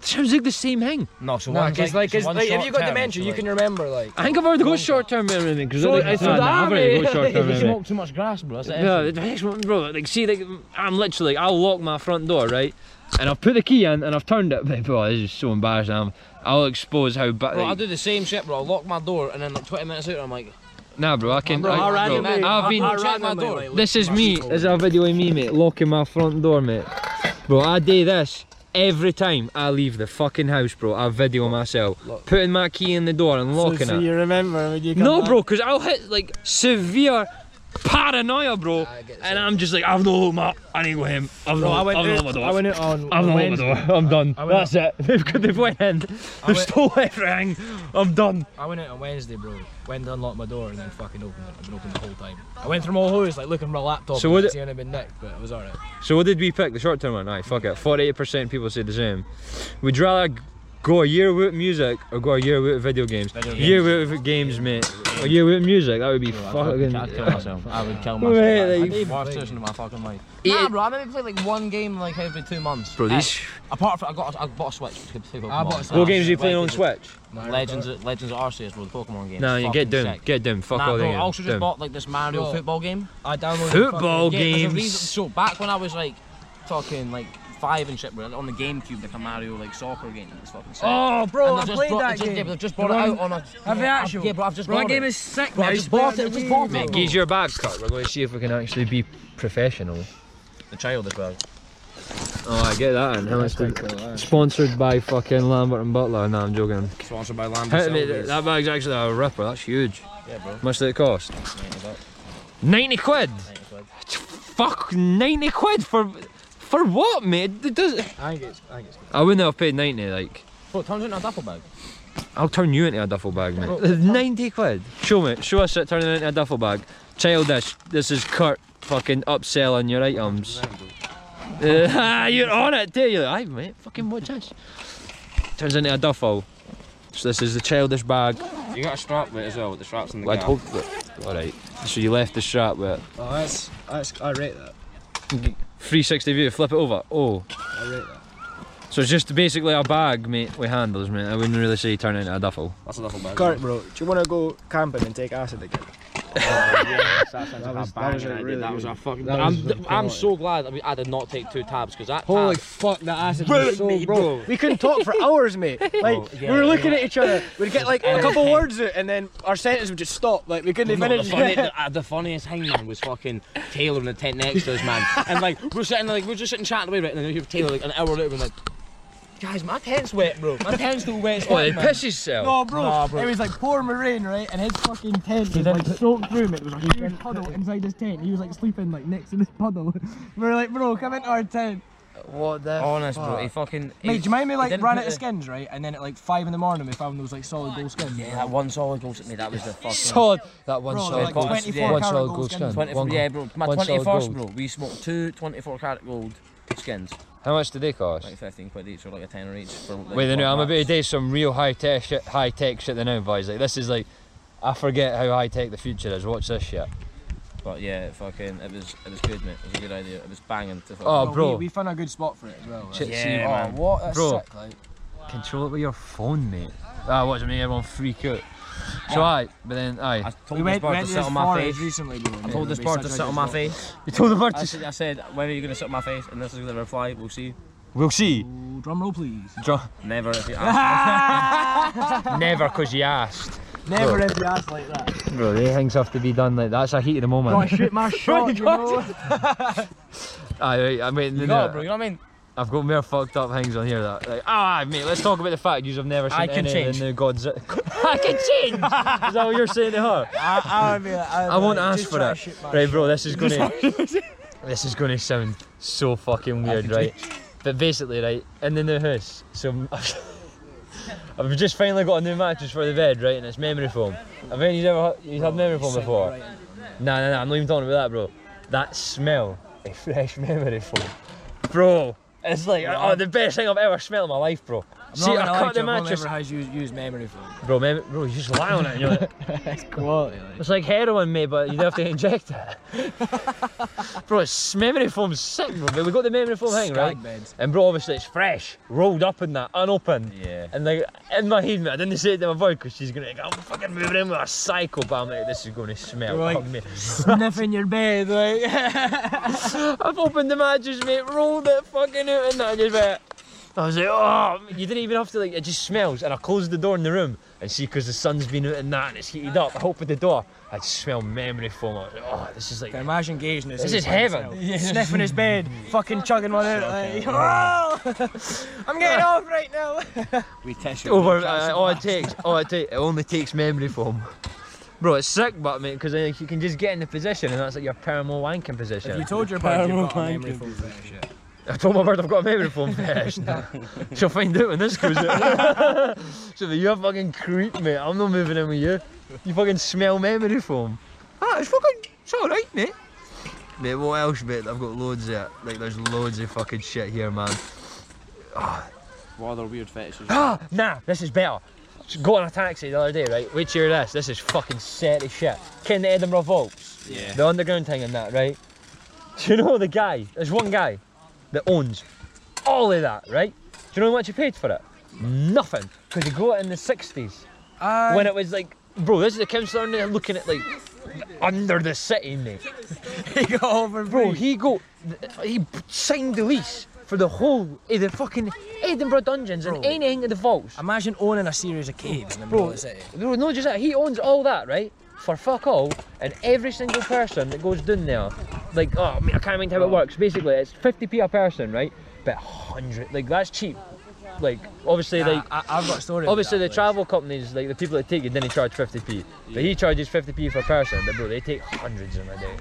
[SPEAKER 4] Sounds like the same thing.
[SPEAKER 5] No, so
[SPEAKER 3] No,
[SPEAKER 5] one's
[SPEAKER 3] because like,
[SPEAKER 5] so
[SPEAKER 3] 'cause,
[SPEAKER 5] one's
[SPEAKER 3] like, if you got
[SPEAKER 5] short-term,
[SPEAKER 3] dementia,
[SPEAKER 5] so
[SPEAKER 3] you
[SPEAKER 5] like-
[SPEAKER 3] can remember like.
[SPEAKER 4] I think I've already got short-term memory because
[SPEAKER 3] So-
[SPEAKER 4] I think,
[SPEAKER 3] so
[SPEAKER 4] nah,
[SPEAKER 3] that
[SPEAKER 4] I've already
[SPEAKER 3] mean-
[SPEAKER 4] got
[SPEAKER 3] <laughs>
[SPEAKER 4] short-term
[SPEAKER 5] You
[SPEAKER 4] memory.
[SPEAKER 5] smoke too much grass, bro. That's the
[SPEAKER 4] No,
[SPEAKER 5] issue.
[SPEAKER 4] the next one, bro. Like, see, like, I'm literally, I'll lock my front door, right? And I've put the key in and I've turned it. But, bro, this is so embarrassing. I'm, I'll expose how bad.
[SPEAKER 5] Bro, I
[SPEAKER 4] Like,
[SPEAKER 5] do the same shit, bro. I lock my door and then like 20 minutes later, I'm like,
[SPEAKER 4] nah, bro, I can.
[SPEAKER 3] Bro, I
[SPEAKER 4] I,
[SPEAKER 3] ran
[SPEAKER 4] bro,
[SPEAKER 3] away.
[SPEAKER 4] I've been.
[SPEAKER 5] I
[SPEAKER 3] ran
[SPEAKER 5] check my
[SPEAKER 3] away.
[SPEAKER 5] door.
[SPEAKER 4] This is me. This is a video of me, mate, locking my front door, mate. Bro, I do this every time I leave the fucking house, bro. I video myself putting my key in the door and locking it.
[SPEAKER 3] you remember when you
[SPEAKER 4] No, bro, because I'll hit like severe paranoia, bro.
[SPEAKER 3] I get
[SPEAKER 4] And I'm just like, I've no my, I need to go home. I've
[SPEAKER 3] Bro,
[SPEAKER 4] no,
[SPEAKER 3] I went
[SPEAKER 4] I've no
[SPEAKER 3] out-
[SPEAKER 4] my
[SPEAKER 3] I
[SPEAKER 4] door.
[SPEAKER 3] went out
[SPEAKER 4] I've
[SPEAKER 3] on on
[SPEAKER 4] no my
[SPEAKER 3] Wednesday.
[SPEAKER 4] door. I'm done.
[SPEAKER 3] I went
[SPEAKER 4] That's it. <laughs> They've got they've went in. They've
[SPEAKER 3] went-
[SPEAKER 4] stole everything. I'm done.
[SPEAKER 3] I went out on Wednesday, bro. Went to unlock my door and then fucking opened it. I've been open the whole time. I went through my whole house like looking for a laptop.
[SPEAKER 4] So
[SPEAKER 3] So
[SPEAKER 4] what
[SPEAKER 3] would
[SPEAKER 4] it-
[SPEAKER 3] it? I've been nicked, but it was alright.
[SPEAKER 4] So what did we pick? The short term one. Aye, fuck it. Forty-eight percent people say the same. We'd rather g- go a year without music or go a year without video games.
[SPEAKER 5] Video
[SPEAKER 4] year without games, mate. A year without music. That would be fucking. <laughs>
[SPEAKER 5] I'd kill myself. I would
[SPEAKER 3] <laughs>
[SPEAKER 5] kill myself.
[SPEAKER 4] Wait, like-
[SPEAKER 5] I'd be worst decision of my fucking life. Nah, bro, I maybe play like one game like every two months.
[SPEAKER 4] Bro, these.
[SPEAKER 5] Apart from, I got, a, I bought a Switch. To play Pokemon.
[SPEAKER 3] I bought a Switch.
[SPEAKER 4] What games are you playing on Switch?
[SPEAKER 5] Legends, Legends of Arceus, bro, the Pokemon game.
[SPEAKER 4] No,
[SPEAKER 5] It's
[SPEAKER 4] you get
[SPEAKER 5] fucking
[SPEAKER 4] down.
[SPEAKER 5] sick.
[SPEAKER 4] Get down. Fuck
[SPEAKER 5] nah,
[SPEAKER 4] all
[SPEAKER 5] bro,
[SPEAKER 4] the
[SPEAKER 5] I also just
[SPEAKER 4] games.
[SPEAKER 5] bought like this Mario
[SPEAKER 3] Bro.
[SPEAKER 5] football game.
[SPEAKER 3] I downloaded
[SPEAKER 4] Football
[SPEAKER 5] Yeah, there's a reason-
[SPEAKER 4] games.
[SPEAKER 5] So back when I was like talking like five and shit, bro, on the GameCube, like a Mario like soccer game, it's fucking sick.
[SPEAKER 3] Oh, bro,
[SPEAKER 5] And they've just brought- they just- Yeah, but they've just brought it out on a.
[SPEAKER 3] Have they
[SPEAKER 5] yeah, I've-
[SPEAKER 3] actual?
[SPEAKER 5] Yeah, bro, I've just
[SPEAKER 3] Bro,
[SPEAKER 5] bought
[SPEAKER 3] that game
[SPEAKER 5] it.
[SPEAKER 3] is sick.
[SPEAKER 5] Bro,
[SPEAKER 3] man.
[SPEAKER 5] I
[SPEAKER 3] You
[SPEAKER 5] just
[SPEAKER 3] play it
[SPEAKER 5] bought
[SPEAKER 3] on the
[SPEAKER 5] it, I just
[SPEAKER 3] Wii,
[SPEAKER 5] bought
[SPEAKER 3] bro.
[SPEAKER 5] it.
[SPEAKER 4] Geez, your bag cut. We're going to see if we can actually be professional.
[SPEAKER 5] The child as well.
[SPEAKER 4] Oh, I get that. And how much? Sponsored by fucking Lambert and Butler. Nah, I'm joking.
[SPEAKER 5] Sponsored by Lamb.
[SPEAKER 4] Hey, mate, that bag's actually a ripper. That's huge.
[SPEAKER 5] Yeah, bro.
[SPEAKER 4] Much did it cost? 90 quid. Fuck, 90 quid for for what, mate? It does.
[SPEAKER 3] I think it's, I think it's good.
[SPEAKER 4] I wouldn't have paid 90. Like,
[SPEAKER 5] Bro, it turns into a duffel bag.
[SPEAKER 4] I'll turn you into a duffel bag, mate. 90 quid. Show me. Show us it turning into a duffel bag. Childish. This is Kurt fucking upselling your items. <laughs> Uh, you're on it, too. You're like, aye, mate. Fucking watch this. Turns into a duffel. So this is the childish bag.
[SPEAKER 5] You got a strap with it as well, with the straps in
[SPEAKER 4] I'd hope that. All right. So you left the strap with. it.
[SPEAKER 3] Oh, that's, that's, I rate that.
[SPEAKER 4] 360 view, flip it over. Oh,
[SPEAKER 3] I rate that.
[SPEAKER 4] so it's just basically a bag, mate, with handles, mate. I wouldn't really say turn it into a duffel.
[SPEAKER 5] That's a duffel bag.
[SPEAKER 3] Kurt, bro, do you want to go camping and take acid again?
[SPEAKER 5] That
[SPEAKER 3] was-
[SPEAKER 5] was,
[SPEAKER 3] that was a really
[SPEAKER 5] Oh, that was
[SPEAKER 3] good-
[SPEAKER 5] a fucking.
[SPEAKER 3] that was
[SPEAKER 5] I'm,
[SPEAKER 3] a good
[SPEAKER 5] I'm
[SPEAKER 3] quality.
[SPEAKER 5] so glad I, mean, I did not take two tabs because that.
[SPEAKER 3] Holy
[SPEAKER 5] tab,
[SPEAKER 3] fuck, that acid
[SPEAKER 5] Ruined
[SPEAKER 3] was so,
[SPEAKER 5] me,
[SPEAKER 3] bro.
[SPEAKER 5] bro. Oh,
[SPEAKER 3] We couldn't talk for hours,
[SPEAKER 5] <laughs>
[SPEAKER 3] mate. Like,
[SPEAKER 5] yeah,
[SPEAKER 3] we were looking
[SPEAKER 5] yeah.
[SPEAKER 3] at each other. We'd get like a couple words out, and then our sentence would just stop. Like, we couldn't
[SPEAKER 5] No, the,
[SPEAKER 3] finish. <laughs>
[SPEAKER 5] funny, the, uh, the funniest thing, man, was fucking Taylor in the tent next to us, man. And like, we're sitting like, we're just sitting chatting away, right? And then you hear Taylor like an hour later, being like, guys, my tent's wet, bro. My tent's still wet. as
[SPEAKER 4] Oh, it
[SPEAKER 5] fuck, man."
[SPEAKER 4] pisses itself.
[SPEAKER 3] No, bro.
[SPEAKER 5] Nah, bro.
[SPEAKER 3] It was like poor Moraine, right? And his fucking tent was like soaked through him. It was like a huge puddle inside his tent. He was like sleeping like next to this puddle. <laughs> we were like, bro, come into our tent. What the?
[SPEAKER 4] Oh,
[SPEAKER 5] Honest, bro, he fucking.
[SPEAKER 3] Mate, do you mind me like
[SPEAKER 5] didn't
[SPEAKER 3] ran
[SPEAKER 5] put
[SPEAKER 3] out of
[SPEAKER 5] the-
[SPEAKER 3] skins, right? And then at like five in the morning, we found those like solid gold skins.
[SPEAKER 5] Yeah, that one solid goal at me, that was the fucking.
[SPEAKER 4] Solid. That one
[SPEAKER 3] Bro,
[SPEAKER 4] solid.
[SPEAKER 3] they're like
[SPEAKER 4] gold-
[SPEAKER 3] 24
[SPEAKER 4] one
[SPEAKER 3] carat
[SPEAKER 4] solid
[SPEAKER 3] gold
[SPEAKER 4] gold
[SPEAKER 3] skins.
[SPEAKER 4] skin.
[SPEAKER 5] 24,
[SPEAKER 4] One-
[SPEAKER 5] yeah, bro, my
[SPEAKER 4] one solid
[SPEAKER 5] 21st,
[SPEAKER 4] gold.
[SPEAKER 5] bro, we smoked two 24 karat gold skins,
[SPEAKER 4] How much did they cost?
[SPEAKER 5] like 15 quid each, or like a tenner each. For, like,
[SPEAKER 4] Wait,
[SPEAKER 5] four
[SPEAKER 4] no, I'm
[SPEAKER 5] packs.
[SPEAKER 4] about to do some real high tech shit, high tech shit. The now, boys, like this is like, I forget how high tech the future is. Watch this shit.
[SPEAKER 5] But yeah, fucking, it was, it was good, mate. It was a good idea. It was banging. To fucking
[SPEAKER 4] Oh, bro.
[SPEAKER 3] We, we found a good spot for it as well. Right?
[SPEAKER 4] Shit,
[SPEAKER 5] Yeah,
[SPEAKER 4] see,
[SPEAKER 5] man.
[SPEAKER 3] Oh, what? That's
[SPEAKER 4] Bro.
[SPEAKER 3] sick, like.
[SPEAKER 4] Control it with your phone, mate. Ah, watch me, everyone freak out. So aye, but then aye.
[SPEAKER 5] I told
[SPEAKER 3] We
[SPEAKER 5] this
[SPEAKER 3] went,
[SPEAKER 5] bird
[SPEAKER 3] went
[SPEAKER 5] to
[SPEAKER 3] to
[SPEAKER 5] sit
[SPEAKER 3] this
[SPEAKER 5] on my
[SPEAKER 3] forest
[SPEAKER 5] face.
[SPEAKER 3] recently, bro.
[SPEAKER 5] I told this bird to sit on my face.
[SPEAKER 4] You told the bird
[SPEAKER 5] I
[SPEAKER 4] to.
[SPEAKER 5] said, I said, when are you going to sit on my face? And this is the reply, we'll see.
[SPEAKER 4] We'll see.
[SPEAKER 3] Drum roll, please.
[SPEAKER 4] Dr-
[SPEAKER 5] Never if you ask.
[SPEAKER 4] Never, cause you asked.
[SPEAKER 3] Never ever asked like that.
[SPEAKER 4] Bro, they things have to be done like that's a heat of the moment.
[SPEAKER 3] Gotta
[SPEAKER 4] <laughs>
[SPEAKER 3] shoot my shot, you know?
[SPEAKER 4] Aye, right, I mean,
[SPEAKER 5] you
[SPEAKER 4] no,
[SPEAKER 5] know, bro, you know what I mean?
[SPEAKER 4] I've got more fucked up things on here. That like, ah, mate, let's talk about the fact you have never seen
[SPEAKER 5] I can
[SPEAKER 4] any
[SPEAKER 5] change.
[SPEAKER 4] of the new gods.
[SPEAKER 5] <laughs>
[SPEAKER 4] I can change. Is that what you're saying to her?
[SPEAKER 3] I, I, would be like, I, would
[SPEAKER 4] I
[SPEAKER 3] be
[SPEAKER 4] won't
[SPEAKER 3] like,
[SPEAKER 4] ask
[SPEAKER 3] just
[SPEAKER 4] for
[SPEAKER 3] try to
[SPEAKER 4] that.
[SPEAKER 3] shoot my
[SPEAKER 4] Right, bro, this is
[SPEAKER 3] <laughs>
[SPEAKER 4] gonna this is gonna sound so fucking weird, right? But basically, right, in the new house, so <laughs> I've just finally got a new mattress for the bed, right, and it's memory foam. Have any of you ever you had memory foam before? Nah, nah, nah, I'm not even talking about that, bro. That smell of <laughs> fresh memory foam. Bro, it's like oh, the best thing I've ever smelled in my life, bro. See, I
[SPEAKER 3] gonna lie
[SPEAKER 4] cut the
[SPEAKER 3] to you, I've only
[SPEAKER 4] mattress.
[SPEAKER 3] ever has used, used memory foam.
[SPEAKER 4] Bro, mem- bro, you just lie on it and you're like,
[SPEAKER 3] Quality,
[SPEAKER 4] it's like heroin, mate, but you'd have to inject it. bro, it's memory foam's sick, bro. But we got the memory foam thing, right?
[SPEAKER 3] beds.
[SPEAKER 4] And bro, obviously it's fresh, rolled up in that, unopened. <laughs> Yeah. And like in my head, mate, I didn't say it to my boy because she's gonna like, I'm fucking moving in with a psycho, but I'm like, this is gonna smell.
[SPEAKER 3] Right.
[SPEAKER 4] amazing."
[SPEAKER 3] Sniffing your bed, like. <laughs>
[SPEAKER 4] I've opened the mattress, mate, rolled it fucking out and that just went. I was like, oh, you didn't even have to, like, it just smells. And I closed the door in the room and see, because the sun's been out and that and it's heated up, I opened the door, I just smell memory foam. I was like, oh, this is like,
[SPEAKER 3] Imagine gazing this.
[SPEAKER 4] This is heaven.
[SPEAKER 3] Sniffing his
[SPEAKER 4] <laughs>
[SPEAKER 3] bed, fucking chugging one out. Like, <laughs> "Whoa! I'm getting off right now.
[SPEAKER 5] We tissue.
[SPEAKER 4] over, uh, all it takes, all it takes, it only takes memory foam. Bro, it's sick, but mate, because like, you can just get in the position and that's like your paramo wanking position.
[SPEAKER 3] If you told your bird you've got a memory foam fetish, yeah. <laughs>
[SPEAKER 4] I told my bird I've got a memory foam fetish. She'll find out when this goes out. <laughs> She'll be, you're a fucking creep, mate. I'm not moving in with you. You fucking smell memory foam. Ah, it's fucking, it's alright, mate. Mate, what else, mate? I've got loads of it. Like, there's loads of fucking shit here, man.
[SPEAKER 1] What other weird fetishes?
[SPEAKER 4] Ah, nah, this is better. Just Got on a taxi the other day, right? Wait till you hear this. This is fucking set as shit. Ken the Edinburgh Vaults.
[SPEAKER 2] Yeah.
[SPEAKER 4] The underground thing and that, right? Do you know the guy? There's one guy that owns all of that, right? Do you know how much he paid for it? Nothing. Because he got it in the 60s. when it was like, bro, this is the council aren't they looking at like under the city, mate.
[SPEAKER 3] he got over,
[SPEAKER 4] Bro, he go, he signed the lease for the whole of the fucking Edinburgh dungeons
[SPEAKER 3] Bro.
[SPEAKER 4] and anything in the vaults.
[SPEAKER 3] Imagine owning a series of caves in the middle
[SPEAKER 4] Bro,
[SPEAKER 3] of the city.
[SPEAKER 4] no, no, just that. He owns all that, right? For fuck all, and every single person that goes down there, like, oh, mate, I can't mind how it works. Basically, it's 50p a person, right? But 100, like, that's cheap. Like, obviously, like,
[SPEAKER 3] I, have got a story.
[SPEAKER 4] obviously the travel companies, like, the people that take it, then they charge 50p. But he charges 50p per person, but bro, they take hundreds in a day.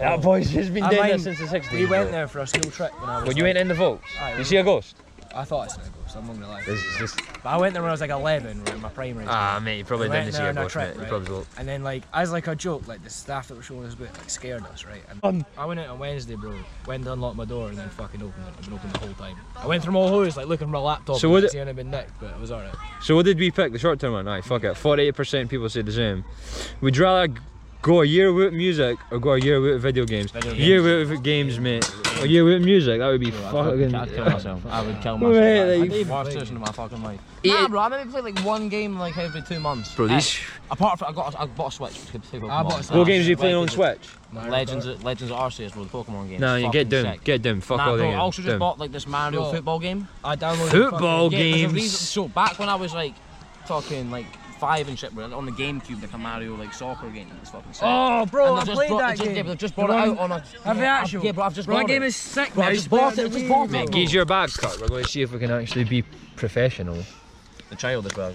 [SPEAKER 4] That boy's just been
[SPEAKER 3] Oh. I
[SPEAKER 4] doing that
[SPEAKER 3] mind-
[SPEAKER 4] since the 60s.
[SPEAKER 3] We went
[SPEAKER 4] bro.
[SPEAKER 3] there for a school trip when I was.
[SPEAKER 4] When you
[SPEAKER 3] like-
[SPEAKER 4] went in the vaults,
[SPEAKER 3] Aye,
[SPEAKER 4] you see a ghost.
[SPEAKER 3] I thought it's an ago, so I'm not gonna lie.
[SPEAKER 4] This is just
[SPEAKER 3] But I went there when I was like 11, right, in my primary.
[SPEAKER 4] ah, mate, you probably
[SPEAKER 3] We went
[SPEAKER 4] didn't see
[SPEAKER 3] there
[SPEAKER 4] a
[SPEAKER 3] on a
[SPEAKER 4] ghost,
[SPEAKER 3] trip,
[SPEAKER 4] mate. You
[SPEAKER 3] right?
[SPEAKER 4] probably will.
[SPEAKER 3] And then like as like a joke, like the staff that were showing us about like scared us, right? And I went out on Wednesday, bro. Went to unlock my door and then fucking opened it. I've been open the whole time. I went through my whole house, like looking for my laptop.
[SPEAKER 4] So
[SPEAKER 3] and
[SPEAKER 4] would
[SPEAKER 3] didn't
[SPEAKER 4] it-
[SPEAKER 3] see it had been nicked, but it was alright.
[SPEAKER 4] So what did we pick? The short term one? Aye, fuck it. Forty-eight percent people say the same. We'd rather g- go a year without music or go a year without video games.
[SPEAKER 3] Video
[SPEAKER 4] year without games, mate. A year without music, that would be fucking.
[SPEAKER 5] I'd kill myself. I would kill myself.
[SPEAKER 4] Mate, like,
[SPEAKER 5] I'd worst decision of my fucking life. Nah, bro, I maybe play like one game like every two months.
[SPEAKER 4] Bro, these-
[SPEAKER 5] Eh, apart from I got a, I bought a Switch. Which could take
[SPEAKER 3] I bought a Switch.
[SPEAKER 4] what games are you playing on Switch?
[SPEAKER 5] Legends, Legends of Arceus, bro, the Pokemon game.
[SPEAKER 4] No,
[SPEAKER 5] It's
[SPEAKER 4] you get
[SPEAKER 5] fucking
[SPEAKER 4] down,
[SPEAKER 5] sick.
[SPEAKER 4] get down. Fuck
[SPEAKER 5] nah,
[SPEAKER 4] all the
[SPEAKER 5] bro, I
[SPEAKER 4] games.
[SPEAKER 5] also just
[SPEAKER 4] down.
[SPEAKER 5] bought like this Mario
[SPEAKER 3] Bro.
[SPEAKER 5] football game.
[SPEAKER 3] I downloaded
[SPEAKER 4] Football
[SPEAKER 5] Yeah, there's a reason-
[SPEAKER 4] games.
[SPEAKER 5] so back when I was like talking like five and shit, bro, on the GameCube, like a Mario like soccer game, it was fucking sick.
[SPEAKER 3] Oh, bro,
[SPEAKER 5] And
[SPEAKER 3] I
[SPEAKER 5] they've just
[SPEAKER 3] played
[SPEAKER 5] brought-
[SPEAKER 3] that
[SPEAKER 5] they just-
[SPEAKER 3] game.
[SPEAKER 5] Yeah, but they've just brought
[SPEAKER 3] The
[SPEAKER 5] it
[SPEAKER 3] one-
[SPEAKER 5] out on a.
[SPEAKER 3] Have the
[SPEAKER 5] yeah, I've-
[SPEAKER 3] actual?
[SPEAKER 5] Yeah, bro, I've just
[SPEAKER 3] Bro, that
[SPEAKER 5] bought
[SPEAKER 3] game
[SPEAKER 5] it.
[SPEAKER 3] is sick.
[SPEAKER 5] Bro, I
[SPEAKER 3] man.
[SPEAKER 5] just bought
[SPEAKER 3] It's
[SPEAKER 5] it, just
[SPEAKER 3] weird.
[SPEAKER 5] bought
[SPEAKER 4] Mate, geez, your bad cut. We're going to see if we can actually be professional.
[SPEAKER 5] The child as well.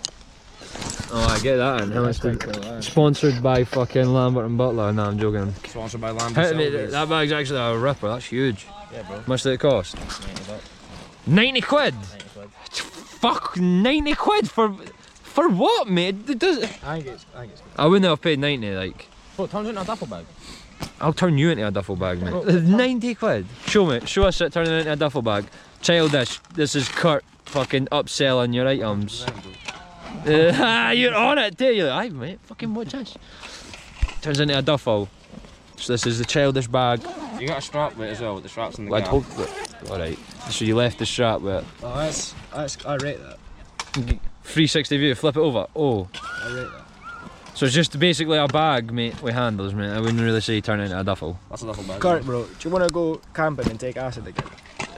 [SPEAKER 4] Oh, I get that. And how much did- Sponsored by fucking Lambert and Butler. No, I'm joking.
[SPEAKER 5] Sponsored by Lambda.
[SPEAKER 4] Hey, mate, that- that bag's actually a ripper. That's huge.
[SPEAKER 5] Yeah, bro.
[SPEAKER 4] Much did it cost? 90 quid. Fuck, 90 quid for for what, mate? It does.
[SPEAKER 3] I think it's, I think it's good.
[SPEAKER 4] I wouldn't have paid 90. Like,
[SPEAKER 5] Bro, turns into a duffel bag.
[SPEAKER 4] I'll turn you into a duffel bag, <laughs> mate. 90 quid. Show me. Show us it turning into a duffel bag. Childish. This is Kurt fucking upselling your items. Uh, <laughs> you're on it, too. You're like, aye, mate. Fucking watch this. Turns into a duffel. So this is the childish bag.
[SPEAKER 2] You got a strap with it as well, with the straps in the
[SPEAKER 4] I'd
[SPEAKER 2] car.
[SPEAKER 4] hope that. All right. So you left the strap with it.
[SPEAKER 3] Oh, that's, that's, I rate that.
[SPEAKER 4] 360 view. Flip it over. Oh.
[SPEAKER 3] I rate that.
[SPEAKER 4] So it's just basically a bag, mate, with handles, mate. I wouldn't really say turn it into a duffel.
[SPEAKER 2] That's a duffel bag.
[SPEAKER 3] Kurt, bro, do you want to go camping and take acid
[SPEAKER 2] <laughs>
[SPEAKER 3] again?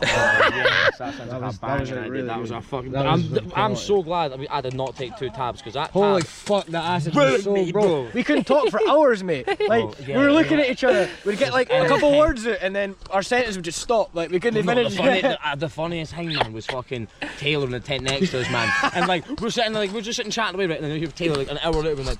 [SPEAKER 2] Oh, That
[SPEAKER 3] was-
[SPEAKER 2] was,
[SPEAKER 3] that was a really
[SPEAKER 2] that was
[SPEAKER 3] good-
[SPEAKER 2] a fucking.
[SPEAKER 3] that was
[SPEAKER 5] I'm,
[SPEAKER 3] fucking
[SPEAKER 5] I'm
[SPEAKER 3] quality.
[SPEAKER 5] so glad that we, I did not take two tabs because that
[SPEAKER 3] Holy
[SPEAKER 5] tab,
[SPEAKER 3] fuck, that acid
[SPEAKER 2] Ruined
[SPEAKER 3] was so
[SPEAKER 2] me,
[SPEAKER 3] bro.
[SPEAKER 2] bro.
[SPEAKER 3] We couldn't talk for hours, mate. Like
[SPEAKER 5] Oh, yeah,
[SPEAKER 3] we were
[SPEAKER 5] yeah.
[SPEAKER 3] looking at each other. We'd get like a couple
[SPEAKER 5] anything.
[SPEAKER 3] words out, and then our sentence would just stop. Like we couldn't
[SPEAKER 5] No,
[SPEAKER 3] <laughs>
[SPEAKER 5] the,
[SPEAKER 3] finish.
[SPEAKER 5] funny, the, uh, the funniest thing, man, was fucking Taylor in the tent next to us, man. And like we're sitting, like we're just sitting chatting away, right? And then you hear Taylor like an hour later, and like,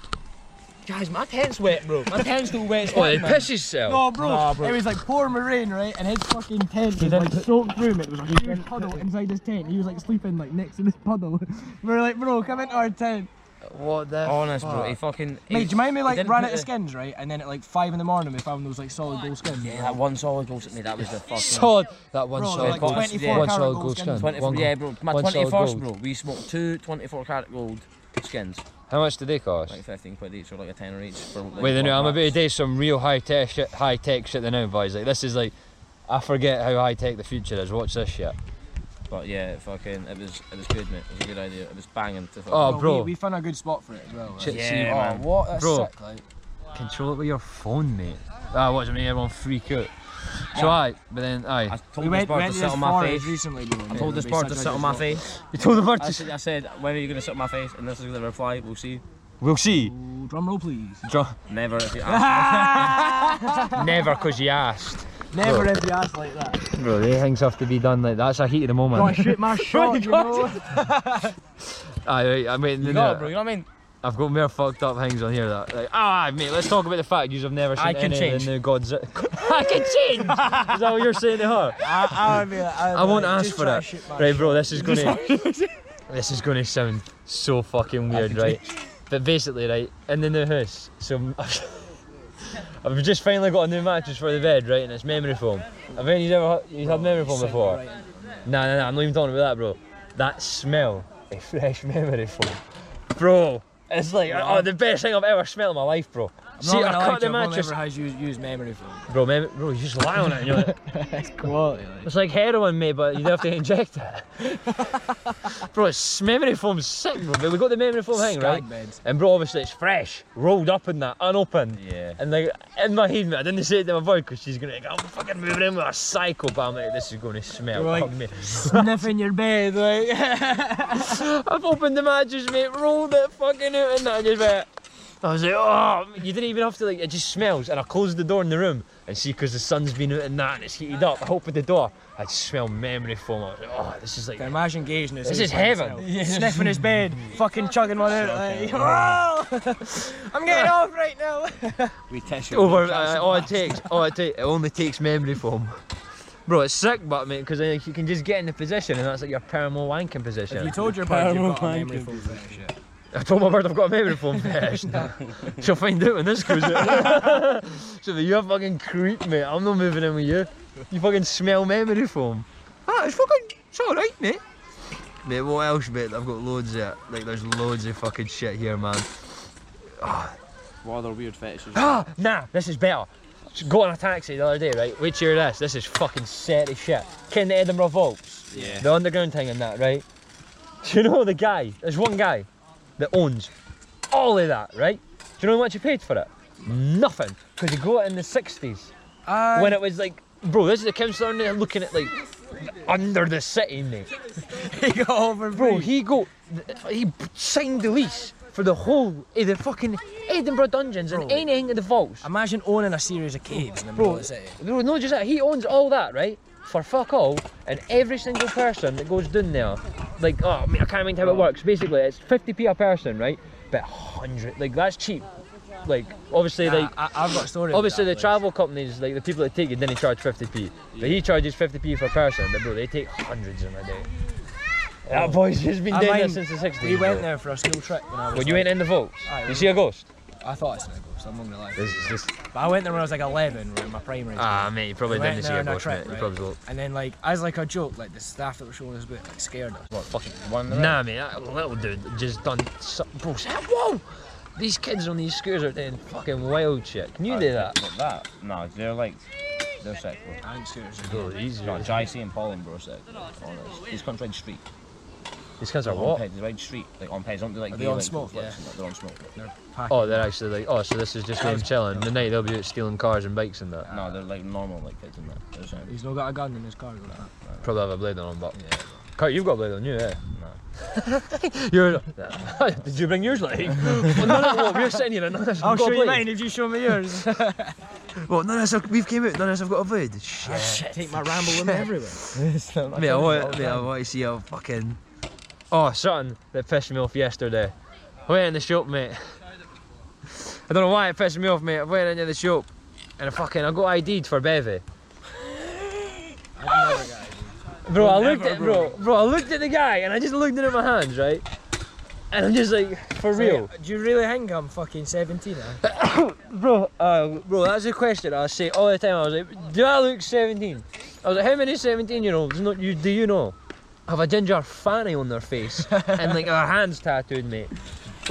[SPEAKER 5] Guys, my tent's wet, bro. My tent's still wet.
[SPEAKER 3] <laughs>
[SPEAKER 4] Oh, he pisses himself.
[SPEAKER 3] No, bro. It was like pouring rain, right? And his fucking tent was like soaked through. It was like a
[SPEAKER 5] <laughs>
[SPEAKER 3] huge puddle inside his tent. He was like sleeping like next to this puddle. <laughs> we were like, bro, come into our tent.
[SPEAKER 4] What the?
[SPEAKER 5] Honest, bro. He fucking.
[SPEAKER 3] Mate, do you mind me like
[SPEAKER 5] didn't
[SPEAKER 3] ran
[SPEAKER 5] put
[SPEAKER 3] out of
[SPEAKER 5] the-
[SPEAKER 3] skins, right? And then at like five in the morning, we found those like solid gold skins.
[SPEAKER 5] Yeah, that one solid goal at me. That was the fucking.
[SPEAKER 4] Solid. That one
[SPEAKER 3] Bro, they're
[SPEAKER 4] solid
[SPEAKER 3] like
[SPEAKER 4] gold.
[SPEAKER 3] 24
[SPEAKER 4] One
[SPEAKER 3] carat
[SPEAKER 4] solid
[SPEAKER 3] gold
[SPEAKER 4] gold
[SPEAKER 3] skins.
[SPEAKER 4] skin.
[SPEAKER 5] 24,
[SPEAKER 4] One
[SPEAKER 5] yeah,
[SPEAKER 4] gold.
[SPEAKER 5] bro. My
[SPEAKER 4] one solid
[SPEAKER 5] 21st,
[SPEAKER 4] gold.
[SPEAKER 5] bro. We smoked two 24 carat gold skins,
[SPEAKER 4] How much do they cost?
[SPEAKER 5] like 15 quid each, or like a tenner each. For, like,
[SPEAKER 4] Wait,
[SPEAKER 5] four
[SPEAKER 4] then I'm about to
[SPEAKER 5] packs.
[SPEAKER 4] do some real high tech shit. High tech shit. Then now, boys. Like this is like, I forget how high tech the future is. Watch this shit.
[SPEAKER 5] But yeah, fucking, it was, it was good, mate. It was a good idea. It was banging to fucking.
[SPEAKER 4] Oh, bro.
[SPEAKER 3] We, we found a good spot for it as well.
[SPEAKER 4] Shit,
[SPEAKER 3] Right? Oh,
[SPEAKER 4] see,
[SPEAKER 5] Yeah, man.
[SPEAKER 3] What? That's
[SPEAKER 4] Bro.
[SPEAKER 3] sick, like.
[SPEAKER 4] Control it with your phone, mate. Ah, watch me, everyone freak out. So I, but then
[SPEAKER 5] I
[SPEAKER 4] I.
[SPEAKER 5] told this bird to sit on my face.
[SPEAKER 3] recently, bro.
[SPEAKER 5] I told this bird to sit on my face.
[SPEAKER 4] You <laughs> told the bird
[SPEAKER 5] I said, I said, when are you gonna sit on my face? And this is the reply. We'll see.
[SPEAKER 4] We'll see.
[SPEAKER 3] Drum roll, please.
[SPEAKER 4] Dr-
[SPEAKER 5] Never. If <laughs> you ask.
[SPEAKER 4] Never, cause you asked.
[SPEAKER 3] Never if you ask like that.
[SPEAKER 4] Bro, they things have to be done like that's a heat of the moment.
[SPEAKER 3] Gotta shoot <laughs> my shot, you know.
[SPEAKER 4] Aye, right, I mean, no,
[SPEAKER 5] No, bro. You know what I mean?
[SPEAKER 4] I've got more fucked up things on here that, like, ah, mate, let's talk about the fact you have never seen
[SPEAKER 5] I can
[SPEAKER 4] any
[SPEAKER 5] change.
[SPEAKER 4] of the new gods. <laughs> I can change! Is that what you're saying to her?
[SPEAKER 3] <laughs> I, I, would be like, I'd
[SPEAKER 4] I
[SPEAKER 3] be
[SPEAKER 4] won't
[SPEAKER 3] like,
[SPEAKER 4] ask
[SPEAKER 3] just
[SPEAKER 4] for
[SPEAKER 3] try to
[SPEAKER 4] that.
[SPEAKER 3] shoot my
[SPEAKER 4] Right, bro, this is gonna. this is gonna sound so fucking weird, right? But basically, right, in the new house, so. <laughs> I've just finally got a new mattress for the bed, right, and it's memory foam. I think you've ever you've had memory foam before. Nah, nah, nah, I'm not even talking about that, bro. That smell, a <laughs> fresh memory foam. Bro, it's like oh, the best thing I've ever smelled in my life, bro. See, I cut the mattress.
[SPEAKER 3] has used, used memory foam.
[SPEAKER 4] Bro, mem- bro, you just lie on it and you're like,
[SPEAKER 3] It's quality. Like.
[SPEAKER 4] it's like heroin, mate, but you have to inject it.
[SPEAKER 3] <laughs>
[SPEAKER 4] bro, it's memory foam's sick, bro. But we got the memory foam hang, right?
[SPEAKER 3] Skag <laughs> bed.
[SPEAKER 4] And bro, obviously it's fresh, rolled up in that, unopened.
[SPEAKER 5] Yeah.
[SPEAKER 4] And like in my head, mate, I didn't say it to my boy because she's gonna like, I'm fucking moving in with a psycho, but I'm like, this is gonna smell.
[SPEAKER 3] You're like-
[SPEAKER 4] fuck me. <laughs>
[SPEAKER 3] Sniffing your bed, <laughs> like.
[SPEAKER 4] I've opened the mattress, mate, rolled it fucking out and that, and just went. I was like, oh, you didn't even have to like. It just smells, and I closed the door in the room, and see, because the sun's been out and that, and it's heated up. I opened the door, I just smell memory foam. I was like, oh, this is like.
[SPEAKER 3] Imagine gauging this.
[SPEAKER 4] This is heaven.
[SPEAKER 3] <laughs> Sniffing his bed, fucking chugging one out. Like, <laughs> "Whoa! I'm <laughs> getting off right now. Oh, <laughs>
[SPEAKER 5] We test you.
[SPEAKER 4] <laughs> Over, uh, all it takes, all it takes, it only takes memory foam. Bro, it's sick, but mate, because you can just get in the position, and that's like your paramo wanking position.
[SPEAKER 3] You told your bird you've got a memory foam fetish. yeah.
[SPEAKER 4] I told my bird I've got a memory <laughs> foam fetish. She'll find out when this goes out. <laughs> so that you're a fucking creep, mate. I'm not moving in with you. You fucking smell memory foam. Ah, it's fucking, it's alright, mate. Mate, what else, mate? I've got loads of, like, there's loads of fucking shit here, man.
[SPEAKER 1] What other weird fetishes?
[SPEAKER 4] Ah, nah, this is better. Got in a taxi the other day, right? Wait till you hear this. This is fucking set as shit. Ken the Edinburgh Vaults.
[SPEAKER 2] Yeah.
[SPEAKER 4] The underground thing and that, right? Do you know the guy? There's one guy that owns all of that, right? Do you know how much he paid for it? Nothing. Because he got it in the 60s. when it was like, bro, this is the council aren't they looking at like under the city, mate.
[SPEAKER 3] <laughs> He got over,
[SPEAKER 4] Bro, he go, he signed the lease for the whole of the fucking Edinburgh dungeons and
[SPEAKER 3] Bro.
[SPEAKER 4] anything in the vaults.
[SPEAKER 3] Imagine owning a series of caves in the middle
[SPEAKER 4] Bro,
[SPEAKER 3] of the city.
[SPEAKER 4] no, no, just that. He owns all that, right? For fuck all, and every single person that goes down there, like, oh, I, mean, I can't mind how it works. Basically, it's 50p a person, right? But 100, like, that's cheap. Like, obviously, like,
[SPEAKER 3] I, have got a story.
[SPEAKER 4] obviously the travel companies, like, the people that take it, then they charge 50p. But he charges 50p per person, but bro, they take hundreds in a day. That boy's just been
[SPEAKER 3] I
[SPEAKER 4] doing
[SPEAKER 3] mind-
[SPEAKER 4] this since the 60s.
[SPEAKER 3] We went
[SPEAKER 4] bro.
[SPEAKER 3] there for a school trip when I was.
[SPEAKER 4] When you
[SPEAKER 3] like-
[SPEAKER 4] ain't in the vaults,
[SPEAKER 3] Aye,
[SPEAKER 4] you
[SPEAKER 3] we
[SPEAKER 4] see a ghost.
[SPEAKER 3] I thought it's Sniggles, so I'm not gonna lie.
[SPEAKER 4] This is just
[SPEAKER 3] But I went there when I was like 11, we were in my primary. school.
[SPEAKER 4] ah, mate, you probably
[SPEAKER 3] We went
[SPEAKER 4] didn't see
[SPEAKER 3] there
[SPEAKER 4] a
[SPEAKER 3] on a
[SPEAKER 4] ghost,
[SPEAKER 3] trip,
[SPEAKER 4] mate. You
[SPEAKER 3] right?
[SPEAKER 4] probably will.
[SPEAKER 3] And then like as like a joke, like the staff that were showing us about like scared us.
[SPEAKER 5] What, fucking one?
[SPEAKER 4] Nah, mate, that little dude just done. So- bro, say, whoa! These kids on these scooters are doing fucking wild shit. Can you do that?
[SPEAKER 5] Not that. No, they're like, they're sick, bro.
[SPEAKER 3] I'm scared.
[SPEAKER 4] Bro, these,
[SPEAKER 5] No, JC and Paul and bro are sick. Honest. These cunts ride street.
[SPEAKER 4] these kids are
[SPEAKER 5] On
[SPEAKER 4] what?
[SPEAKER 5] peds, they ride street, like on peds. Don't do like
[SPEAKER 3] Are they
[SPEAKER 5] gay,
[SPEAKER 3] on
[SPEAKER 5] like,
[SPEAKER 3] smoke?
[SPEAKER 5] flips and that, They're on smoke.
[SPEAKER 4] Oh, they're actually like, oh, so this is just them chilling. The night they'll be out stealing cars and bikes and that.
[SPEAKER 5] No, they're like normal like kids and that. They're sick.
[SPEAKER 3] He's not got a gun in his car. Like that.
[SPEAKER 4] Probably have a blade on them, but.
[SPEAKER 5] Yeah.
[SPEAKER 4] Kurt, you've got a blade on you, eh? No. <laughs> You're. <laughs> Did you bring yours,
[SPEAKER 5] <laughs>
[SPEAKER 4] like? well, none of what we're sitting here and none of us have
[SPEAKER 3] I'll
[SPEAKER 4] got
[SPEAKER 3] show
[SPEAKER 4] a
[SPEAKER 3] you
[SPEAKER 4] blade.
[SPEAKER 3] mine if you show me yours.
[SPEAKER 4] <laughs> Well, none of us have, we've came out, none of us have got a blade. Shit.
[SPEAKER 3] Take my ramble <laughs> with me everywhere.
[SPEAKER 4] Mate, I want, mate, I want to see a fucking. Oh, something that pissed me off yesterday. I went in the shop, mate. I don't know why it pissed me off, mate. I went into the shop and I fucking I got ID'd for bevy. Bro, I looked at bro, bro, I looked at the guy and I just looked at my hands, right? And I'm just like, for real,
[SPEAKER 3] Do you really think I'm fucking 17 now?
[SPEAKER 4] bro, uh, bro. That's a question I say all the time. I was like, do I look 17? I was like, how many 17-year-olds not you? Do you know? Have a ginger fanny on their face and <laughs> like their hands tattooed, mate.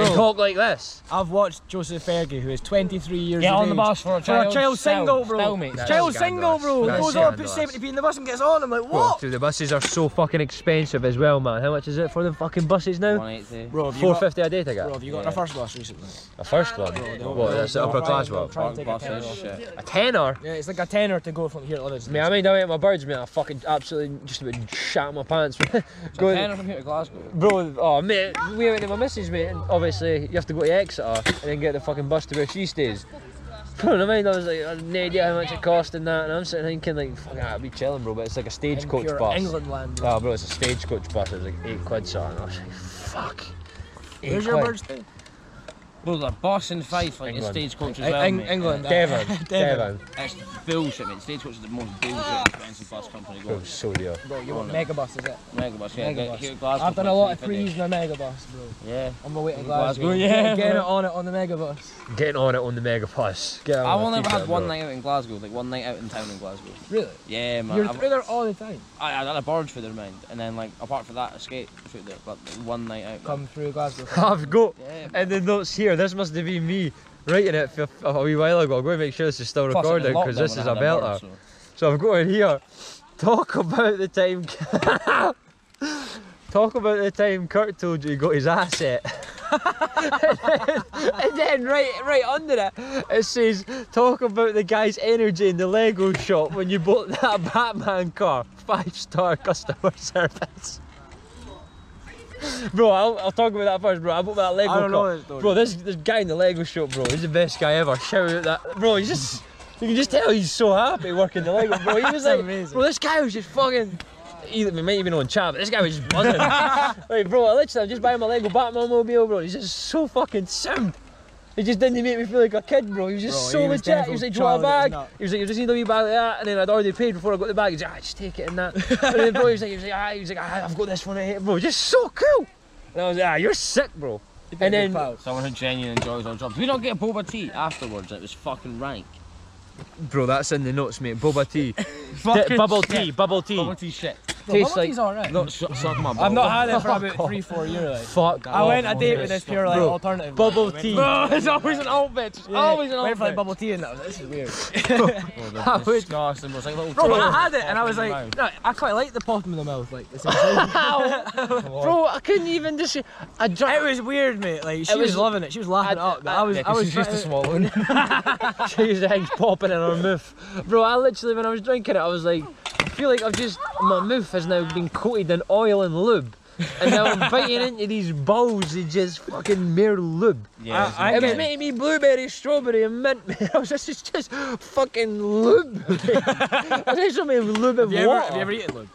[SPEAKER 4] And talk like this.
[SPEAKER 3] I've watched Joseph Fergie, who is 23 years
[SPEAKER 5] Get
[SPEAKER 3] of
[SPEAKER 5] on the
[SPEAKER 3] age.
[SPEAKER 5] bus for a
[SPEAKER 3] For
[SPEAKER 5] child.
[SPEAKER 3] a child
[SPEAKER 5] Still-
[SPEAKER 3] single, bro.
[SPEAKER 5] Still, mate.
[SPEAKER 4] That's
[SPEAKER 3] Child single,
[SPEAKER 4] scandalous.
[SPEAKER 3] bro.
[SPEAKER 4] That's
[SPEAKER 3] Goes on, puts
[SPEAKER 4] scandalous.
[SPEAKER 3] 70p in the bus and gets on. I'm like,
[SPEAKER 4] Bro,
[SPEAKER 3] what?
[SPEAKER 4] dude, the buses are so fucking expensive as well, man. How much is it for the fucking buses now?
[SPEAKER 6] 180.
[SPEAKER 3] Bro, have you
[SPEAKER 4] Four
[SPEAKER 3] got,
[SPEAKER 4] fifty a day to
[SPEAKER 3] bro,
[SPEAKER 4] get.
[SPEAKER 3] have you got in a first bus recently?
[SPEAKER 4] A first one. What? That's the upper class one.
[SPEAKER 3] Try and take a
[SPEAKER 6] Buses,
[SPEAKER 3] tenner off.
[SPEAKER 6] shit.
[SPEAKER 4] A tenner.
[SPEAKER 3] Yeah, it's like a tenner to go from here to Livingston.
[SPEAKER 4] Man, I mean, I went with my birds, man. I fucking absolutely just about shat my pants. <laughs> Going-
[SPEAKER 5] from here to Glasgow.
[SPEAKER 4] bro, oh mate, we went to my missus, mate, and obviously you have to go to Exeter and then get the fucking bus to where she stays. Bro, I mean, I was like, I had no idea how much it cost and that, and I'm sitting thinking like, fuck, I'll be chilling, bro, but it's like a
[SPEAKER 3] In
[SPEAKER 4] stagecoach
[SPEAKER 3] pure
[SPEAKER 4] bus.
[SPEAKER 3] England land. bro.
[SPEAKER 4] Oh, bro, it's a stagecoach bus. It was like eight quid, something. I was like, fuck. Eight
[SPEAKER 3] Where's your
[SPEAKER 4] quid.
[SPEAKER 3] birds thing?
[SPEAKER 5] Bro, they're bossing fights like
[SPEAKER 4] England.
[SPEAKER 5] in stagecoach as
[SPEAKER 3] Uh,
[SPEAKER 5] well.
[SPEAKER 3] Eng-
[SPEAKER 5] mate.
[SPEAKER 3] England. uh, <laughs>
[SPEAKER 4] Devon. Devon.
[SPEAKER 5] That's bullshit, mate. Stagecoach is the most bullshit expensive bus company
[SPEAKER 4] Oh,
[SPEAKER 5] going.
[SPEAKER 4] so dear.
[SPEAKER 3] Bro, you want megabus, is it?
[SPEAKER 5] Megabus, yeah.
[SPEAKER 3] Megabus.
[SPEAKER 5] Here at Glasgow.
[SPEAKER 3] I've done a
[SPEAKER 5] for
[SPEAKER 3] lot of
[SPEAKER 5] 350.
[SPEAKER 3] threes in a megabus, bro.
[SPEAKER 5] Yeah.
[SPEAKER 3] On my way to
[SPEAKER 5] Glasgow,
[SPEAKER 3] Glasgow.
[SPEAKER 5] yeah,
[SPEAKER 3] Get- Get it
[SPEAKER 5] bro.
[SPEAKER 3] on it on the megabus.
[SPEAKER 4] Getting on it on the megabus. Get on
[SPEAKER 5] I've
[SPEAKER 4] it,
[SPEAKER 5] only ever
[SPEAKER 4] keep
[SPEAKER 5] had
[SPEAKER 4] it,
[SPEAKER 5] one
[SPEAKER 4] bro.
[SPEAKER 5] night out in Glasgow, like one night out in town in Glasgow.
[SPEAKER 3] Really?
[SPEAKER 5] Yeah, man.
[SPEAKER 3] You're
[SPEAKER 5] I've-
[SPEAKER 3] through there all the time.
[SPEAKER 5] I, I had a barge for their mind, and then like apart from that, escape through there. But like, one night out.
[SPEAKER 3] Come through Glasgow.
[SPEAKER 4] I've got
[SPEAKER 5] Yeah.
[SPEAKER 4] in the notes here. This must have been me writing it for a wee while ago. I'm going to make sure this is still
[SPEAKER 5] Plus, it was
[SPEAKER 4] recorded because
[SPEAKER 5] lockdown
[SPEAKER 4] this
[SPEAKER 5] when
[SPEAKER 4] is
[SPEAKER 5] I
[SPEAKER 4] a
[SPEAKER 5] had barge,
[SPEAKER 4] belter.
[SPEAKER 5] so-
[SPEAKER 4] So I've got in here. Talk about the time. <laughs> Talk about the time Kurt told you he got his asset. <laughs> and then right right under it it says talk about the guy's energy in the Lego shop when you bought that <laughs> Batman car. Five star customer <laughs> service. Bro, I'll, I'll talk about that first, bro. I bought that Lego
[SPEAKER 3] I don't
[SPEAKER 4] car.
[SPEAKER 3] know this story.
[SPEAKER 4] Bro, this this guy in the Lego shop, bro, he's the best guy ever. Shout out that, bro. He's just, you can just tell he's so happy working the Lego,
[SPEAKER 3] <laughs>
[SPEAKER 4] bro. He was like,
[SPEAKER 3] Amazing.
[SPEAKER 4] bro, this guy was just fucking. He, we might even on chat, but this guy was just
[SPEAKER 3] <laughs>
[SPEAKER 4] buzzing. like, bro, I literally I'm just buying my Lego Batman mobile, bro. He's just so fucking sound. He just didn't make me feel like a kid, bro. He was just
[SPEAKER 3] Bro,
[SPEAKER 4] so
[SPEAKER 3] he was
[SPEAKER 4] legit. He was
[SPEAKER 3] definitely
[SPEAKER 4] like, do you want a bag?
[SPEAKER 3] child, he was
[SPEAKER 4] He was like, you just need a wee bag like that. And then I'd already paid before I got the bag. He's like, ah, just take it and that. and then, bro, he was like, he was like, ah, he was like, ah, I've got this one right here, bro. Just so cool. And I was like, ah, you're sick, bro. And then,
[SPEAKER 5] Someone who genuinely enjoys our job. Did we not get a boba tea afterwards? It was fucking rank.
[SPEAKER 4] Bro, that's in the notes, mate. Boba
[SPEAKER 3] <laughs>
[SPEAKER 4] tea. D- bubble tea, bubble tea.
[SPEAKER 5] Boba tea shit.
[SPEAKER 4] Tastes like.
[SPEAKER 3] alright.
[SPEAKER 5] Not su- suck my
[SPEAKER 3] I've
[SPEAKER 5] balls.
[SPEAKER 3] not had
[SPEAKER 4] <laughs>
[SPEAKER 3] it for about three, four years. Like.
[SPEAKER 4] Fuck.
[SPEAKER 3] I went a
[SPEAKER 4] off.
[SPEAKER 3] date with this pure like
[SPEAKER 4] Bro,
[SPEAKER 3] alternative.
[SPEAKER 4] Bubble tea.
[SPEAKER 3] <laughs>
[SPEAKER 4] Oh,
[SPEAKER 3] it's always an Oh, old bitch. It's
[SPEAKER 5] always an
[SPEAKER 3] Went for
[SPEAKER 5] old
[SPEAKER 3] like
[SPEAKER 5] bitch.
[SPEAKER 3] bubble tea and that. was- This is weird.
[SPEAKER 4] <laughs>
[SPEAKER 3] <laughs>
[SPEAKER 4] I would-
[SPEAKER 5] Disgusting. It was like little
[SPEAKER 3] Bro, but
[SPEAKER 5] tea.
[SPEAKER 3] I had it and I was like, no, I quite like the bottom of the mouth. Like, it's <laughs> it
[SPEAKER 4] Bro, I couldn't even just. I drank.
[SPEAKER 3] was weird, mate. Like, she
[SPEAKER 4] It
[SPEAKER 3] was,
[SPEAKER 4] was-
[SPEAKER 3] loving it. She was laughing it up. But I was, I was trying to-
[SPEAKER 5] swallowing.
[SPEAKER 4] She's eggs popping in her mouth. Bro, I literally, when I was drinking it, I was like, I feel like I've just. My mouth has now been coated in oil and lube. And now I'm biting into these balls of just fucking mere lube.
[SPEAKER 5] Yeah,
[SPEAKER 3] I-
[SPEAKER 4] It
[SPEAKER 3] I
[SPEAKER 4] was
[SPEAKER 3] get-
[SPEAKER 4] making me blueberry, strawberry, and mint. <laughs> man. I was just, it's just fucking lube. <laughs> I think so many lube and
[SPEAKER 3] Have you, ever,
[SPEAKER 4] water.
[SPEAKER 3] have you ever eaten lube?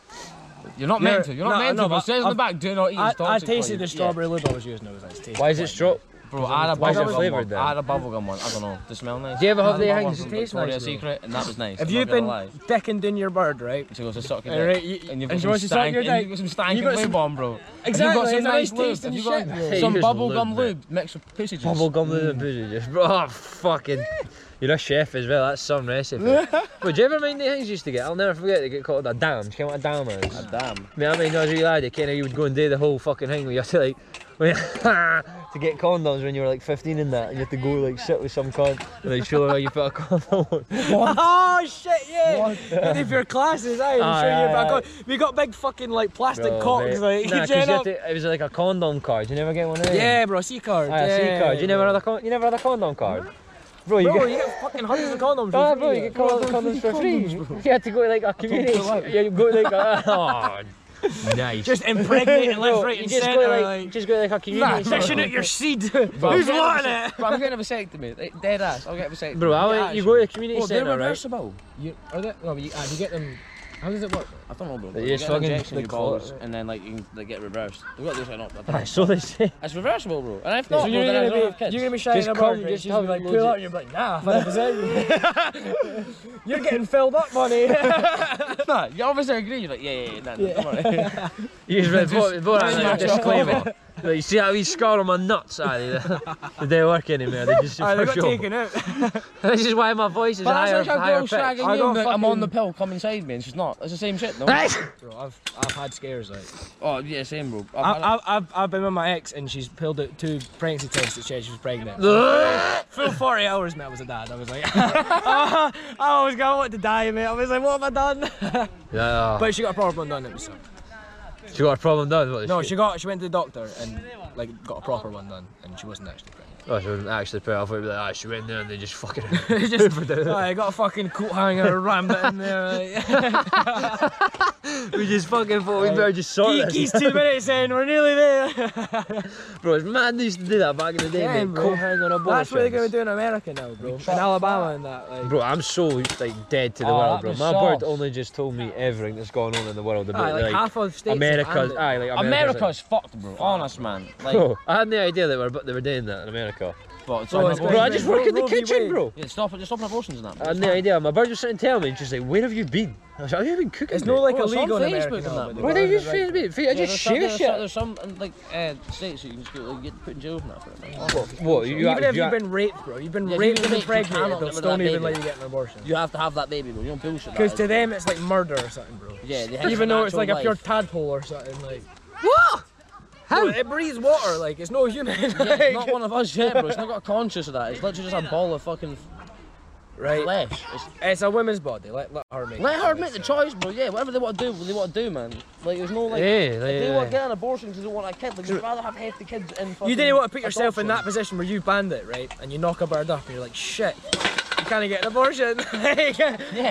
[SPEAKER 5] You're not
[SPEAKER 3] You're-
[SPEAKER 5] meant to. You're not
[SPEAKER 3] no,
[SPEAKER 5] meant
[SPEAKER 3] no,
[SPEAKER 5] to. But
[SPEAKER 3] but
[SPEAKER 5] it says on the
[SPEAKER 3] I've-
[SPEAKER 5] back, do not eat.
[SPEAKER 3] I,
[SPEAKER 5] It's
[SPEAKER 3] I
[SPEAKER 5] toxic for you.
[SPEAKER 3] tasted the strawberry lube I was using. I was like, it's tasty.
[SPEAKER 4] Why is it straw?
[SPEAKER 5] Yeah. Bro, I had a
[SPEAKER 4] Why is it
[SPEAKER 5] bubblegum
[SPEAKER 4] flavoured
[SPEAKER 5] one.
[SPEAKER 4] then?
[SPEAKER 5] I had a bubblegum one. I don't know. Does it smell nice?
[SPEAKER 4] Do you ever
[SPEAKER 5] I
[SPEAKER 4] have
[SPEAKER 5] had a
[SPEAKER 4] the
[SPEAKER 5] bubblegum
[SPEAKER 4] things
[SPEAKER 5] from
[SPEAKER 4] that taste
[SPEAKER 5] Victoria's
[SPEAKER 4] nice, though?
[SPEAKER 5] Secret, and that was nice.
[SPEAKER 3] Have
[SPEAKER 5] I'm
[SPEAKER 3] you
[SPEAKER 5] not gonna
[SPEAKER 3] been
[SPEAKER 5] lie.
[SPEAKER 3] dicking in your bird, right?
[SPEAKER 5] So it was a suck your
[SPEAKER 3] And
[SPEAKER 5] dick.
[SPEAKER 3] right, you,
[SPEAKER 5] And
[SPEAKER 3] and
[SPEAKER 5] you've got
[SPEAKER 3] she
[SPEAKER 5] some
[SPEAKER 3] wants to suck
[SPEAKER 5] stank,
[SPEAKER 3] your
[SPEAKER 5] and
[SPEAKER 3] dick.
[SPEAKER 5] you've got some stank
[SPEAKER 3] You've got
[SPEAKER 5] and lube
[SPEAKER 3] some-
[SPEAKER 5] on, bro.
[SPEAKER 3] Exactly,
[SPEAKER 5] You've got some
[SPEAKER 3] it's a
[SPEAKER 5] nice
[SPEAKER 3] nice
[SPEAKER 5] lube.
[SPEAKER 3] tasting
[SPEAKER 5] You've got
[SPEAKER 3] shit,
[SPEAKER 5] <laughs>
[SPEAKER 3] bro.
[SPEAKER 4] Hey,
[SPEAKER 5] some
[SPEAKER 4] here's lube,
[SPEAKER 5] bubblegum
[SPEAKER 4] mate.
[SPEAKER 5] lube mixed with pussy juice.
[SPEAKER 4] Bubble gum with a boozy juice. Bro, oh, fucking. You're a chef as well, that's some
[SPEAKER 3] <laughs>
[SPEAKER 4] recipe. Would you ever mind the things you used to get? I'll never forget they get called a dam. Do you know what a dam is? I
[SPEAKER 5] Damn.
[SPEAKER 4] mean, I mean, as a wee lad, kind of, you would go and do the whole fucking thing where you <laughs> had to like. when- to get condoms when you were like 15 and that, and you had to go like sit with some cunt and like show them how you put a condom on.
[SPEAKER 3] <laughs> Oh shit, yeah! <laughs> And if your classes, I'm
[SPEAKER 4] Aye,
[SPEAKER 3] sure you're
[SPEAKER 4] aye,
[SPEAKER 3] back on. We got big fucking like plastic
[SPEAKER 4] Bro,
[SPEAKER 3] cocks,
[SPEAKER 4] mate.
[SPEAKER 3] like <laughs>
[SPEAKER 4] Nah, 'cause
[SPEAKER 3] you
[SPEAKER 4] you
[SPEAKER 3] know?
[SPEAKER 4] had to, it was like a condom card. You never get one of them?
[SPEAKER 3] Yeah, bro, C card.
[SPEAKER 4] Aye,
[SPEAKER 3] yeah,
[SPEAKER 4] a C card. You never had a con- you never had a condom card? Bro, you
[SPEAKER 3] Bro,
[SPEAKER 4] get-
[SPEAKER 3] you get fucking hundreds of condoms. for
[SPEAKER 4] Oh,
[SPEAKER 3] free,
[SPEAKER 4] bro, you
[SPEAKER 3] like.
[SPEAKER 4] get called condoms for free. You had to go to like a community. Yeah, <laughs> you go to like a. Oh, nice.
[SPEAKER 3] <laughs> Just impregnate
[SPEAKER 4] Bro,
[SPEAKER 3] left, right,
[SPEAKER 4] you
[SPEAKER 3] and
[SPEAKER 4] just
[SPEAKER 3] centre.
[SPEAKER 4] go to like,
[SPEAKER 3] like,
[SPEAKER 4] just go to like a community.
[SPEAKER 3] section out your seed.
[SPEAKER 5] But
[SPEAKER 3] <laughs> Who's
[SPEAKER 5] I'm
[SPEAKER 3] wanting
[SPEAKER 5] getting a
[SPEAKER 3] it?
[SPEAKER 5] vasect- But I'm getting a vasectomy. Like, Dead ass. I'll get a vasectomy.
[SPEAKER 4] Bro, I went, you go to the community
[SPEAKER 5] Oh, they're
[SPEAKER 4] centre, right?
[SPEAKER 5] reversible.
[SPEAKER 3] You, are they, no, but you, ah, you get them. How does it work?
[SPEAKER 5] I I don't know, bro.
[SPEAKER 4] They
[SPEAKER 5] You
[SPEAKER 4] just
[SPEAKER 5] get an
[SPEAKER 4] fucking-
[SPEAKER 5] injection
[SPEAKER 4] they
[SPEAKER 5] in your
[SPEAKER 4] call it-
[SPEAKER 5] balls, and then like you can like, get reversed. We've got this one up. I don't know.
[SPEAKER 4] So they say.
[SPEAKER 5] It's reversible, bro. And if not,
[SPEAKER 3] So
[SPEAKER 5] bro,
[SPEAKER 3] you're
[SPEAKER 5] then I
[SPEAKER 3] gonna,
[SPEAKER 5] don't have
[SPEAKER 3] be,
[SPEAKER 5] kids.
[SPEAKER 3] you're gonna be shouting
[SPEAKER 4] Just
[SPEAKER 3] a
[SPEAKER 4] come,
[SPEAKER 3] bird, right?
[SPEAKER 4] just
[SPEAKER 3] She's gonna be
[SPEAKER 4] come,
[SPEAKER 3] like,
[SPEAKER 4] load
[SPEAKER 3] pull
[SPEAKER 4] it.
[SPEAKER 3] out, and you're like, nah, <laughs> five You're getting filled
[SPEAKER 4] <laughs>
[SPEAKER 3] up, money. <laughs>
[SPEAKER 5] Nah, you obviously agree. You're like, yeah, yeah, yeah, nah, nah, don't worry.
[SPEAKER 7] <laughs> You just read before, before
[SPEAKER 3] just
[SPEAKER 7] that like,
[SPEAKER 3] smash it all
[SPEAKER 7] disclaimer. Like, you see that wee scar on my nuts? Aye, they- <laughs> they don't work anymore. They just
[SPEAKER 3] Aye, they got
[SPEAKER 7] push on.
[SPEAKER 3] taken out.
[SPEAKER 7] This is why my voice is
[SPEAKER 5] But
[SPEAKER 7] higher,
[SPEAKER 5] that's like a
[SPEAKER 7] higher
[SPEAKER 5] girl
[SPEAKER 7] pitched.
[SPEAKER 5] shagging
[SPEAKER 3] I
[SPEAKER 5] you.
[SPEAKER 3] don't
[SPEAKER 5] and be like, I'm on
[SPEAKER 3] fucking-
[SPEAKER 5] the pill. Come inside me, and she's not. It's the same shit, no?
[SPEAKER 3] Bro, I've, I've had scares, like.
[SPEAKER 5] oh yeah, same, bro. I've had it.
[SPEAKER 3] I, I, I've, I've been with my ex and she's pulled out two pregnancy tests that said she was pregnant. Full 40 hours, mate, I was a dad. I was like, <laughs> I was going, I want to die, mate. I was like, what have I done?
[SPEAKER 7] Yeah,
[SPEAKER 3] But she got a proper one done. It was,
[SPEAKER 7] she got a problem done. What,
[SPEAKER 3] no, she got, she went to the doctor and like got a proper one done, and she wasn't actually <laughs> pregnant.
[SPEAKER 7] Oh, she wasn't actually put. I thought it'd be like, ah, she went there and they just
[SPEAKER 3] <laughs>
[SPEAKER 7] fucking. <laughs>
[SPEAKER 3] I got a fucking coat hanger, rammed it in there. Like, <laughs>
[SPEAKER 7] we just fucking thought <laughs> we better just sort this.
[SPEAKER 3] Geeky's two minutes in, we're nearly there.
[SPEAKER 7] Bro, it's mad they used to do that back in the day,
[SPEAKER 3] Yeah,
[SPEAKER 7] mate.
[SPEAKER 3] bro.
[SPEAKER 7] Coat hanging on
[SPEAKER 3] That's what they're gonna
[SPEAKER 7] abortions.
[SPEAKER 3] do in America now, bro. In Alabama and that, like.
[SPEAKER 7] Bro, I'm so like dead to the
[SPEAKER 5] Oh,
[SPEAKER 7] world,
[SPEAKER 5] that
[SPEAKER 7] bro.
[SPEAKER 5] was
[SPEAKER 7] My
[SPEAKER 5] sauce.
[SPEAKER 7] bird only just told me everything that's going on in the world about
[SPEAKER 3] Aye, like,
[SPEAKER 7] like,
[SPEAKER 3] half of states.
[SPEAKER 7] America's.
[SPEAKER 3] abandoned.
[SPEAKER 7] Aye, like America's.
[SPEAKER 5] America's fucked, bro. Honest, man. Like,
[SPEAKER 7] Bro, I had no idea they were but they were doing that in America.
[SPEAKER 5] but,
[SPEAKER 3] Bro, it's
[SPEAKER 7] Bro, I
[SPEAKER 3] Wait,
[SPEAKER 7] just
[SPEAKER 3] wait,
[SPEAKER 7] work in the
[SPEAKER 3] Roe v.
[SPEAKER 7] kitchen,
[SPEAKER 3] Wade.
[SPEAKER 7] bro.
[SPEAKER 5] yeah, stop it. Just stop abortions and
[SPEAKER 7] I
[SPEAKER 5] that. Bro.
[SPEAKER 7] had no idea. My bird was sitting telling me, and she's like, "Where have you been?" I was like, "Have you been cooking?"
[SPEAKER 3] It's
[SPEAKER 7] mate?"
[SPEAKER 3] not like
[SPEAKER 5] Bro, it's
[SPEAKER 3] illegal
[SPEAKER 5] on
[SPEAKER 3] in America.
[SPEAKER 5] Facebook and
[SPEAKER 3] now,
[SPEAKER 5] that,
[SPEAKER 3] but
[SPEAKER 5] bro.
[SPEAKER 7] Why
[SPEAKER 3] they
[SPEAKER 7] do you
[SPEAKER 3] want
[SPEAKER 7] just
[SPEAKER 3] the right
[SPEAKER 7] share me? I
[SPEAKER 5] Yeah,
[SPEAKER 7] just
[SPEAKER 5] there's some-
[SPEAKER 7] share
[SPEAKER 5] there's some-
[SPEAKER 7] shit.
[SPEAKER 5] There's some in, like uh, states that you can just get, like, get put in jail for that. For it, like,
[SPEAKER 7] What? You,
[SPEAKER 3] Even if
[SPEAKER 7] you,
[SPEAKER 3] you've been raped, bro, you've been
[SPEAKER 5] Yeah, if
[SPEAKER 3] raped
[SPEAKER 5] you've
[SPEAKER 3] and
[SPEAKER 5] been raped,
[SPEAKER 3] impregnated,
[SPEAKER 5] you
[SPEAKER 3] they'll
[SPEAKER 5] cannot live with
[SPEAKER 3] still
[SPEAKER 5] that
[SPEAKER 3] not even
[SPEAKER 5] baby.
[SPEAKER 3] let you get an abortion.
[SPEAKER 5] you have to have that baby, bro. You don't bullshit. that
[SPEAKER 3] Because
[SPEAKER 5] is,
[SPEAKER 3] to
[SPEAKER 5] bro.
[SPEAKER 3] them it's like murder or something, bro.
[SPEAKER 5] yeah, they
[SPEAKER 3] Even though it's like a pure tadpole or something, like. What? How? It breathes water, like it's no human. <laughs>
[SPEAKER 5] Yeah, it's
[SPEAKER 3] like-
[SPEAKER 5] not one of us yet, bro. It's not got a conscious of that. It's literally just a ball of fucking
[SPEAKER 3] right.
[SPEAKER 5] flesh. It's,
[SPEAKER 3] It's a woman's body. Let, let her make.
[SPEAKER 5] let
[SPEAKER 3] the
[SPEAKER 5] her
[SPEAKER 3] choice.
[SPEAKER 5] make the choice, bro. Yeah, whatever they want to do, they want to do, man. Like, there's no like.
[SPEAKER 7] yeah, like,
[SPEAKER 5] If they want to
[SPEAKER 7] yeah.
[SPEAKER 5] get an abortion because they want a kid, like, they'd rather have hefty kids in.
[SPEAKER 3] You didn't want to put yourself in
[SPEAKER 5] adoption.
[SPEAKER 3] that position where you banned it, right? And you knock a bird up, and you're like, shit, you can't get an abortion. <laughs> Like,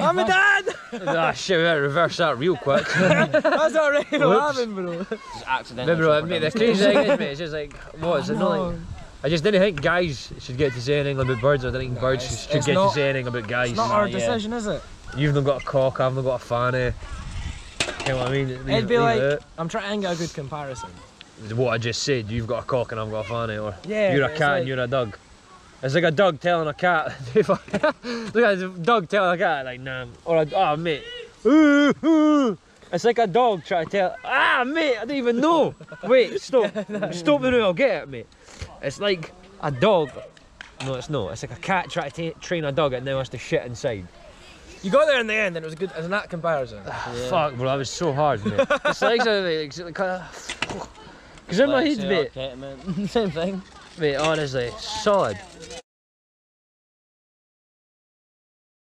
[SPEAKER 3] I'm a
[SPEAKER 5] fuck.
[SPEAKER 7] <laughs>
[SPEAKER 3] dad.
[SPEAKER 7] ah, shit, we better reverse that real <laughs> quick.
[SPEAKER 3] That's not really what
[SPEAKER 7] Whoops.
[SPEAKER 3] happened, bro.
[SPEAKER 5] It's accidental.
[SPEAKER 7] Remember, I mean, the crazy thing is, mate, it's just like, what is it? Not like, I just didn't think guys should get to say anything about birds. I didn't think birds
[SPEAKER 3] it's-
[SPEAKER 7] should
[SPEAKER 3] it's
[SPEAKER 7] get
[SPEAKER 3] not-
[SPEAKER 7] to say anything about guys.
[SPEAKER 3] It's not our
[SPEAKER 5] yeah.
[SPEAKER 3] decision, is it?
[SPEAKER 7] You've not got a cock, I've not got a fanny. You know what I mean? Leave-
[SPEAKER 3] It'd be
[SPEAKER 7] leave
[SPEAKER 3] like-
[SPEAKER 7] it
[SPEAKER 3] I'm trying to get a good comparison.
[SPEAKER 7] out. what I just said. You've got a cock and I've got a fanny, or
[SPEAKER 3] Yeah,
[SPEAKER 7] you're a
[SPEAKER 3] but it's
[SPEAKER 7] cat and
[SPEAKER 3] like-
[SPEAKER 7] you're a dog. It's like a dog telling a cat. <laughs> Look at a dog telling a cat like, nah, or a, oh mate, ooh, ooh. It's like a dog trying to tell, ah mate, I don't even know. Wait,
[SPEAKER 3] <laughs>
[SPEAKER 7] stop, stop me now, I'll get it, mate. It's like a dog. No, it's not. It's like a cat trying to ta train a dog and now has to shit inside.
[SPEAKER 3] You got there in the end, and it was a good as an act comparison.
[SPEAKER 7] Fuck, bro, that was so hard, mate. it's like something like, <laughs> because in my head, mate,
[SPEAKER 5] Same thing.
[SPEAKER 7] mate, honestly, solid.